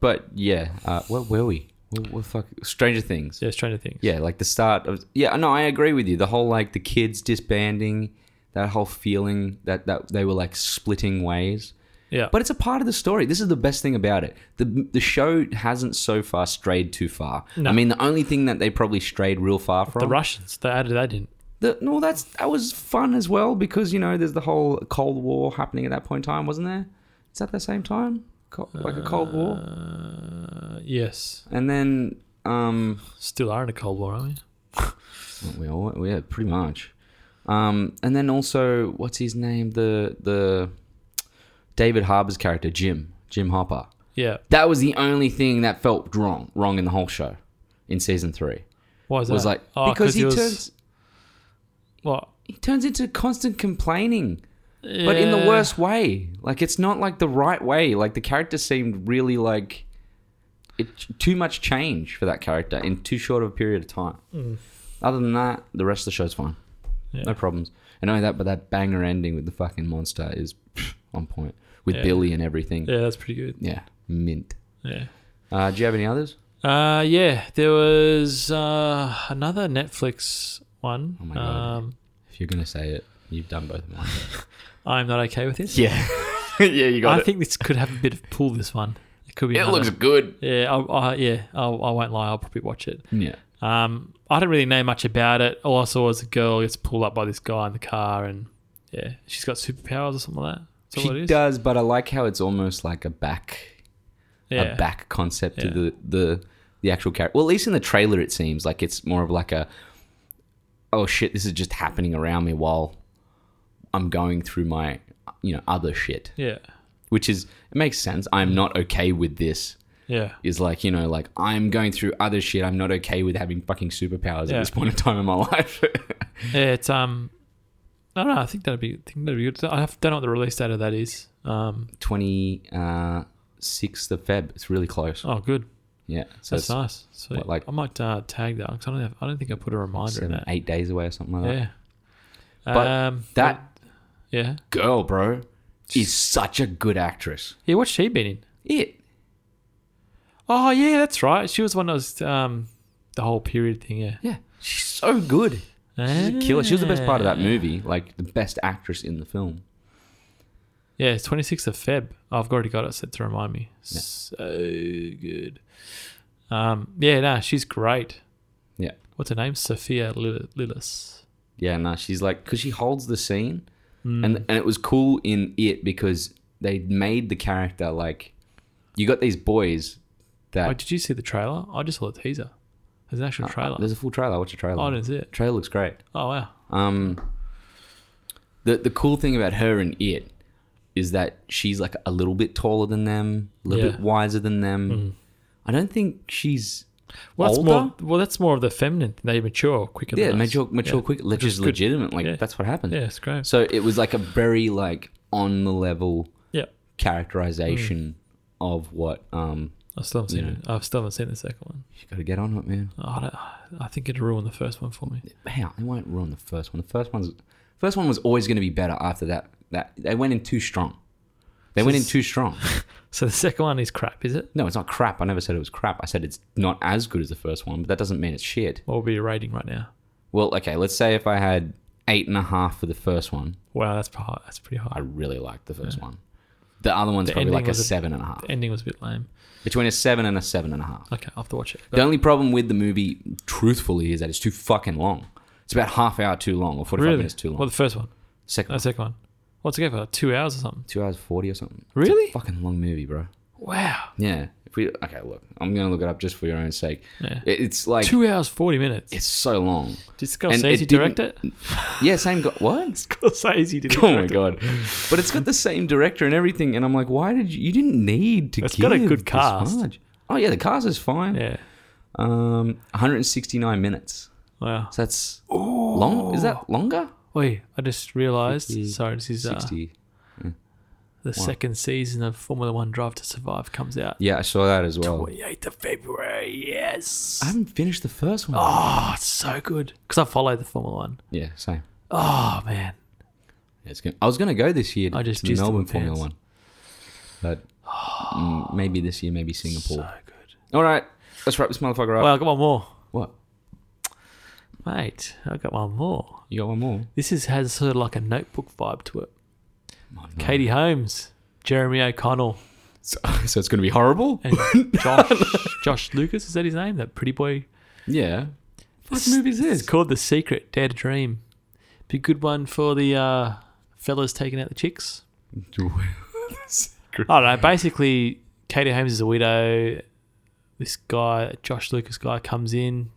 Speaker 1: but yeah, uh, where were we? What, what fuck? Stranger Things.
Speaker 2: Yeah, Stranger Things.
Speaker 1: Yeah, like the start of. Yeah, no, I agree with you. The whole like the kids disbanding, that whole feeling that that they were like splitting ways.
Speaker 2: yeah.
Speaker 1: But it's a part of the story. This is the best thing about it. The the show hasn't so far strayed too far.
Speaker 2: No.
Speaker 1: I mean, the only thing that they probably strayed real far from
Speaker 2: the Russians, they added that in.
Speaker 1: the, no, that's that was fun as well because you know there's the whole Cold War happening at that point in time, wasn't there? It's at the same time, Co- like a Cold War,
Speaker 2: Uh, yes,
Speaker 1: and then um,
Speaker 2: still are in a Cold War, aren't
Speaker 1: we all yeah, pretty much, um, and then also what's his name, the the David Harbour's character Jim Jim Hopper.
Speaker 2: we? Yeah.
Speaker 1: That was the only thing that felt wrong wrong in the whole show, in season three.
Speaker 2: Why is
Speaker 1: Was
Speaker 2: that?
Speaker 1: like
Speaker 2: Oh,
Speaker 1: because he,
Speaker 2: was-
Speaker 1: turns
Speaker 2: What?
Speaker 1: he turns into constant complaining. but in the worst way. Like it's not like the right way. Like the character seemed really like it too much change for that character in too short of a period of time. Other than that, the rest of the show's fine.
Speaker 2: Yeah.
Speaker 1: No problems. And only that, but that banger ending with the fucking monster is pff, on point with
Speaker 2: Yeah.
Speaker 1: Billy and everything. Yeah,
Speaker 2: Yeah, that's pretty good.
Speaker 1: mint.
Speaker 2: Yeah.
Speaker 1: Uh, do you have any others?
Speaker 2: Uh, yeah, there was uh, another Netflix one.
Speaker 1: Oh my God.
Speaker 2: Um,
Speaker 1: If you're gonna say it, you've done both of mine.
Speaker 2: I'm not okay with this.
Speaker 1: yeah, yeah, you
Speaker 2: I think this could have a bit of pull. This one, it could be.
Speaker 1: it
Speaker 2: another-
Speaker 1: looks good.
Speaker 2: Yeah, I, I, yeah. I, I won't lie. I'll probably watch it.
Speaker 1: Yeah,
Speaker 2: Um, I don't really know much about it. All I saw was a girl gets pulled up by this guy in the car, and yeah, she's got superpowers or something like that. Is that what it
Speaker 1: she
Speaker 2: is?
Speaker 1: does, but I like how it's almost like a back
Speaker 2: yeah.
Speaker 1: a back concept to
Speaker 2: Yeah.
Speaker 1: the the the actual character. Well, at least in the trailer, it seems like it's more of like a oh shit, this is just happening around me while I'm going through my you know other shit,
Speaker 2: Yeah,
Speaker 1: which is it makes sense. I'm not okay with this.
Speaker 2: yeah,
Speaker 1: Is like you know like I'm going through other shit. I'm not okay with having fucking superpowers at
Speaker 2: Yeah.
Speaker 1: this point in time in my life.
Speaker 2: yeah. It's um, I don't know. I think that'd be. I think that'd be good. I have, don't know what the release date of that is. Um,
Speaker 1: Twenty sixth of uh, Feb. It's really close.
Speaker 2: oh, good.
Speaker 1: Yeah. So
Speaker 2: That's
Speaker 1: it's
Speaker 2: nice. So
Speaker 1: what, like-
Speaker 2: I might uh, tag that because I don't have, I don't think I put a reminder in
Speaker 1: seven,
Speaker 2: that.
Speaker 1: eight days away or something like that.
Speaker 2: Yeah.
Speaker 1: But
Speaker 2: um,
Speaker 1: That
Speaker 2: yeah.
Speaker 1: girl, bro, is such a good actress.
Speaker 2: Yeah, what's she been in?
Speaker 1: It.
Speaker 2: Oh yeah, that's right. She was one of those um the whole period thing, yeah.
Speaker 1: Yeah. She's so good. She's a killer. She was the best part of that movie, like the best actress in the film.
Speaker 2: Yeah, it's 26th of Feb. Oh, I've already got it set to remind me. So good. Um, yeah, nah, she's great.
Speaker 1: Yeah.
Speaker 2: What's her name? Sophia Lil- Lillis.
Speaker 1: Yeah, no, she's like because she holds the scene, and and it was cool in it because they made the character like you got these boys that
Speaker 2: Oh, did you see the trailer? I just saw the teaser. There's an actual trailer.
Speaker 1: Uh-uh. there's a full trailer. Watch a trailer.
Speaker 2: oh, I didn't see it.
Speaker 1: trailer looks great.
Speaker 2: Oh, wow.
Speaker 1: Um, the the cool thing about her and it is that she's like a little bit taller than them, a little
Speaker 2: Yeah. Mm.
Speaker 1: bit wiser than them. I don't think she's
Speaker 2: Well, that's
Speaker 1: older.
Speaker 2: more. Well, that's more of the feminine. They mature quicker.
Speaker 1: yeah,
Speaker 2: than us.
Speaker 1: mature, mature, quick, which is
Speaker 2: good.
Speaker 1: legitimate. Like
Speaker 2: Yeah.
Speaker 1: that's what happened.
Speaker 2: Yeah, it's great.
Speaker 1: So it was like a very like on the level
Speaker 2: yeah,
Speaker 1: characterization
Speaker 2: Mm.
Speaker 1: of what um
Speaker 2: I still haven't seen it. I've still haven't seen the second one.
Speaker 1: you got to get on it, man.
Speaker 2: I, don't, I think it'd ruin the first one for me.
Speaker 1: How they won't ruin the first one. The first one's first one was always going to be better after that. That they went in too strong. They went in too strong.
Speaker 2: So the second one is crap, is it?
Speaker 1: No, it's not crap. I never said it was crap. I said it's not as good as the first one, but that doesn't mean it's shit.
Speaker 2: What would be your rating right now?
Speaker 1: Well, okay, let's say if I had eight and a half for the first one,
Speaker 2: Wow, that's pretty high. That's pretty
Speaker 1: I
Speaker 2: high.
Speaker 1: really liked the first one. The other one's probably
Speaker 2: ending
Speaker 1: like a
Speaker 2: was a-
Speaker 1: seven and a half.
Speaker 2: The ending was a bit lame.
Speaker 1: Between a seven and a seven and a half.
Speaker 2: Okay, I'll have to watch it.
Speaker 1: The only problem with the movie, truthfully, is that it's too fucking long. It's about half hour too long or forty five
Speaker 2: really?
Speaker 1: minutes too long.
Speaker 2: Well, the first one.
Speaker 1: Second,
Speaker 2: No, the second one. What's it go for? Like two hours or something?
Speaker 1: two hours forty or something. It's a
Speaker 2: Really?
Speaker 1: fucking long movie, bro.
Speaker 2: Wow.
Speaker 1: Yeah. If we okay, look, I'm gonna look it up just for your own sake.
Speaker 2: Yeah.
Speaker 1: It- It's like
Speaker 2: two hours, 40 minutes.
Speaker 1: it's so long.
Speaker 2: Did
Speaker 1: and
Speaker 2: Scorsese
Speaker 1: it
Speaker 2: direct it?
Speaker 1: Yeah, same. Go- what?
Speaker 2: Scorsese did
Speaker 1: Oh my god! But it's got the same director and everything, and I'm like, why did you? You didn't need to.
Speaker 2: It's
Speaker 1: give
Speaker 2: got a good
Speaker 1: this
Speaker 2: cast.
Speaker 1: much. Oh yeah, the cast is fine.
Speaker 2: Yeah.
Speaker 1: Um, 169 minutes.
Speaker 2: Wow.
Speaker 1: So that's
Speaker 2: Oh.
Speaker 1: long. Is that longer?
Speaker 2: Wait, I just realised.
Speaker 1: 50,
Speaker 2: Sorry, this is uh,
Speaker 1: 60.
Speaker 2: the second season of Formula One Drive to Survive comes out.
Speaker 1: Yeah, I saw that as well.
Speaker 2: 28th of February, yes.
Speaker 1: I haven't finished the first one.
Speaker 2: Oh, it's so good. Because I followed the Formula One.
Speaker 1: Yeah, same.
Speaker 2: Oh, man.
Speaker 1: It's gonna, I was going to go this year
Speaker 2: I just
Speaker 1: to the
Speaker 2: jizzed in
Speaker 1: Melbourne
Speaker 2: my
Speaker 1: Formula One,
Speaker 2: pants.
Speaker 1: but mm, maybe this year, maybe Singapore.
Speaker 2: So good.
Speaker 1: All right, let's wrap this motherfucker up.
Speaker 2: Well, I got one more.
Speaker 1: what?
Speaker 2: Mate, I got one more.
Speaker 1: You got one more?
Speaker 2: This is has sort of like a notebook vibe to it.
Speaker 1: My God.
Speaker 2: Katie Holmes, Jeremy O'Connell,
Speaker 1: So, so it's going to be horrible.
Speaker 2: and Josh Josh Lucas, is that his name? That pretty boy.
Speaker 1: yeah. What
Speaker 2: It's-
Speaker 1: movie is
Speaker 2: It's
Speaker 1: this?
Speaker 2: called The Secret, Dare to Dream. Be a good one for the uh, fellas taking out the chicks. I don't know. Basically, Katie Holmes is a widow. This guy, Josh Lucas guy, comes in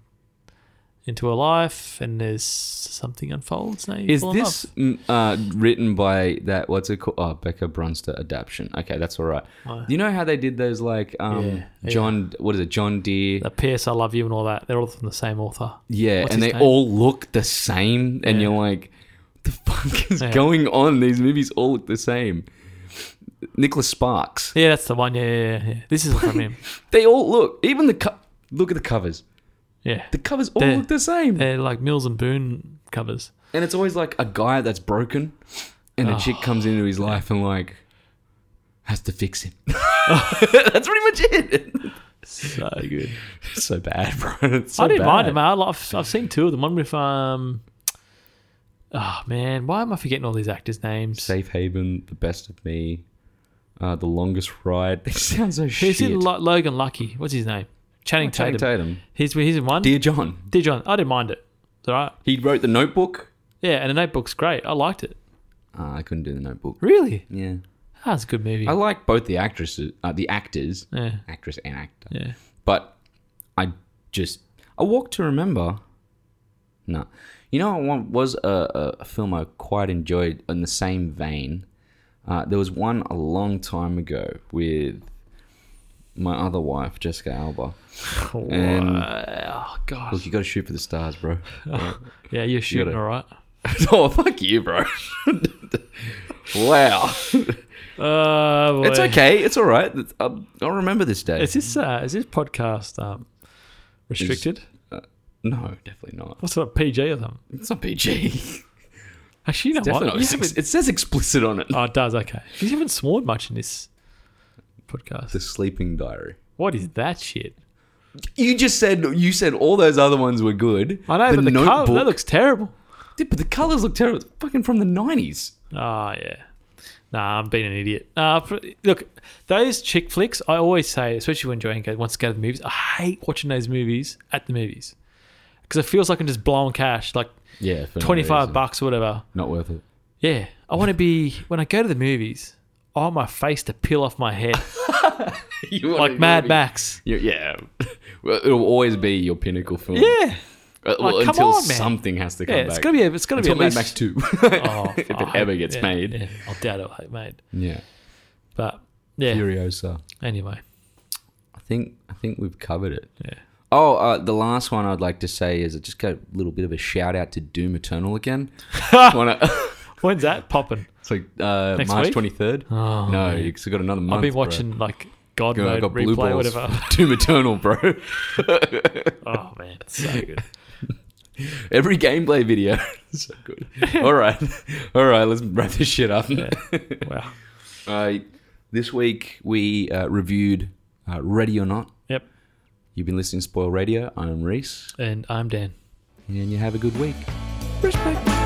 Speaker 2: into her life, and there's something unfolds. and they
Speaker 1: Is
Speaker 2: fall in
Speaker 1: this mm, uh, written by that? What's it called? Oh, Becca Brunster adaptation. Okay, that's all right.
Speaker 2: Wow.
Speaker 1: You know how they did those like um,
Speaker 2: Yeah, yeah.
Speaker 1: John? What is it? John Deere.
Speaker 2: love. The PS, I love you, and all that. They're all from the same author.
Speaker 1: Yeah,
Speaker 2: What's
Speaker 1: and they
Speaker 2: his name?
Speaker 1: all look the same, and
Speaker 2: Yeah.
Speaker 1: you're like, "What the fuck is
Speaker 2: Yeah.
Speaker 1: going on? These movies all look the same." Nicholas Sparks.
Speaker 2: Yeah, that's the one. Yeah, yeah, yeah, yeah. This is from him.
Speaker 1: They all look. Even the co- look at the covers.
Speaker 2: Yeah,
Speaker 1: The covers all
Speaker 2: They're-
Speaker 1: look the same,
Speaker 2: they're like Mills and Boone covers.
Speaker 1: and it's always like a guy that's broken, and a chick comes into his life and like has to fix him. that's pretty much it.
Speaker 2: So good.
Speaker 1: It's so bad, bro. It's so
Speaker 2: I didn't mind
Speaker 1: bad.
Speaker 2: it, man. I lo- I've, I've seen two of them. One with um. Oh man, why am I forgetting all these actors' names?
Speaker 1: Safe Haven, The Best of Me, uh, The Longest Ride. They sound so shit.
Speaker 2: Who's in Lo- Logan Lucky? What's his name? Channing
Speaker 1: Channing
Speaker 2: Tatum.
Speaker 1: Tatum.
Speaker 2: He's he's in one.
Speaker 1: Dear John.
Speaker 2: Dear John, I didn't mind it. It's all right.
Speaker 1: He wrote The Notebook.
Speaker 2: Yeah, and the Notebook's great. I liked it.
Speaker 1: Uh, I couldn't do The Notebook.
Speaker 2: Really?
Speaker 1: Yeah.
Speaker 2: That's a good movie.
Speaker 1: I like both the actresses, uh, the actors,
Speaker 2: yeah,
Speaker 1: actress and actor.
Speaker 2: yeah.
Speaker 1: But I just, A Walk to Remember. No. You know what one was a, a- a film I quite enjoyed in the same vein? Uh, there was one a long time ago with my other wife, Jessica Alba.
Speaker 2: wow. gosh.
Speaker 1: Look, you got to shoot for the stars, bro. Oh,
Speaker 2: Yeah, you're shooting
Speaker 1: gotta-
Speaker 2: all right.
Speaker 1: oh, fuck you, bro. wow.
Speaker 2: Oh, boy.
Speaker 1: It's okay. It's all right. It's- I'll, I'll remember this day.
Speaker 2: Is this uh, is this podcast um, restricted?
Speaker 1: no, definitely not.
Speaker 2: What's up, PG or something?
Speaker 1: It's not PG.
Speaker 2: Actually, you know what?
Speaker 1: definitely
Speaker 2: You
Speaker 1: not.
Speaker 2: haven't-
Speaker 1: It's- It says explicit on it.
Speaker 2: oh, it does. Okay, you haven't sworn much in this podcast.
Speaker 1: The sleeping diary.
Speaker 2: What is that shit?
Speaker 1: You just said you said all those other ones were good.
Speaker 2: I know, but the color that looks terrible.
Speaker 1: Dude, but the colors look terrible. It's fucking from the nineties.
Speaker 2: Ah, yeah. Nah, I'm being an idiot. Uh, pr- look, those chick flicks, I always say, especially when Joanne goes, wants to go to the movies, I hate watching those movies at the movies because it feels like I'm just blowing cash, like
Speaker 1: Yeah, for no
Speaker 2: 25
Speaker 1: reason.
Speaker 2: bucks or whatever.
Speaker 1: Not worth it.
Speaker 2: Yeah, I want to be, when I go to the movies, I want my face to peel off my head like Mad Max.
Speaker 1: you yeah, Well, it'll always be your pinnacle film.
Speaker 2: Yeah.
Speaker 1: Uh, well,
Speaker 2: Like, come
Speaker 1: until
Speaker 2: on, man.
Speaker 1: something has to come
Speaker 2: Yeah,
Speaker 1: back.
Speaker 2: it's gonna be. A, it's gonna
Speaker 1: until
Speaker 2: be
Speaker 1: Mad
Speaker 2: at
Speaker 1: Max
Speaker 2: least.
Speaker 1: Two,
Speaker 2: Oh,
Speaker 1: if it
Speaker 2: fuck.
Speaker 1: ever gets
Speaker 2: Yeah,
Speaker 1: made.
Speaker 2: yeah. I doubt it'll get made.
Speaker 1: Yeah.
Speaker 2: But yeah.
Speaker 1: Furiosa.
Speaker 2: Anyway,
Speaker 1: I think I think we've covered it.
Speaker 2: Yeah.
Speaker 1: Oh, uh, the last one I'd like to say is just got a little bit of a shout out to Doom Eternal again. Wanna-
Speaker 2: when's that popping?
Speaker 1: it's like uh,
Speaker 2: Next
Speaker 1: March
Speaker 2: week?
Speaker 1: twenty third.
Speaker 2: Oh,
Speaker 1: no, because I got another month.
Speaker 2: I've been
Speaker 1: bro.
Speaker 2: watching like God
Speaker 1: Got- I
Speaker 2: Mode
Speaker 1: got blue
Speaker 2: replay,
Speaker 1: balls
Speaker 2: whatever.
Speaker 1: from Doom Eternal, bro.
Speaker 2: Oh man, it's so good.
Speaker 1: Every gameplay video, so good. All right, all right. Let's wrap this shit up.
Speaker 2: wow.
Speaker 1: Uh, this week we uh, reviewed uh, Ready or Not.
Speaker 2: Yep.
Speaker 1: You've been listening to Spoil Radio. I'm Reese,
Speaker 2: And I'm Dan.
Speaker 1: and you have a good week.
Speaker 2: Respect.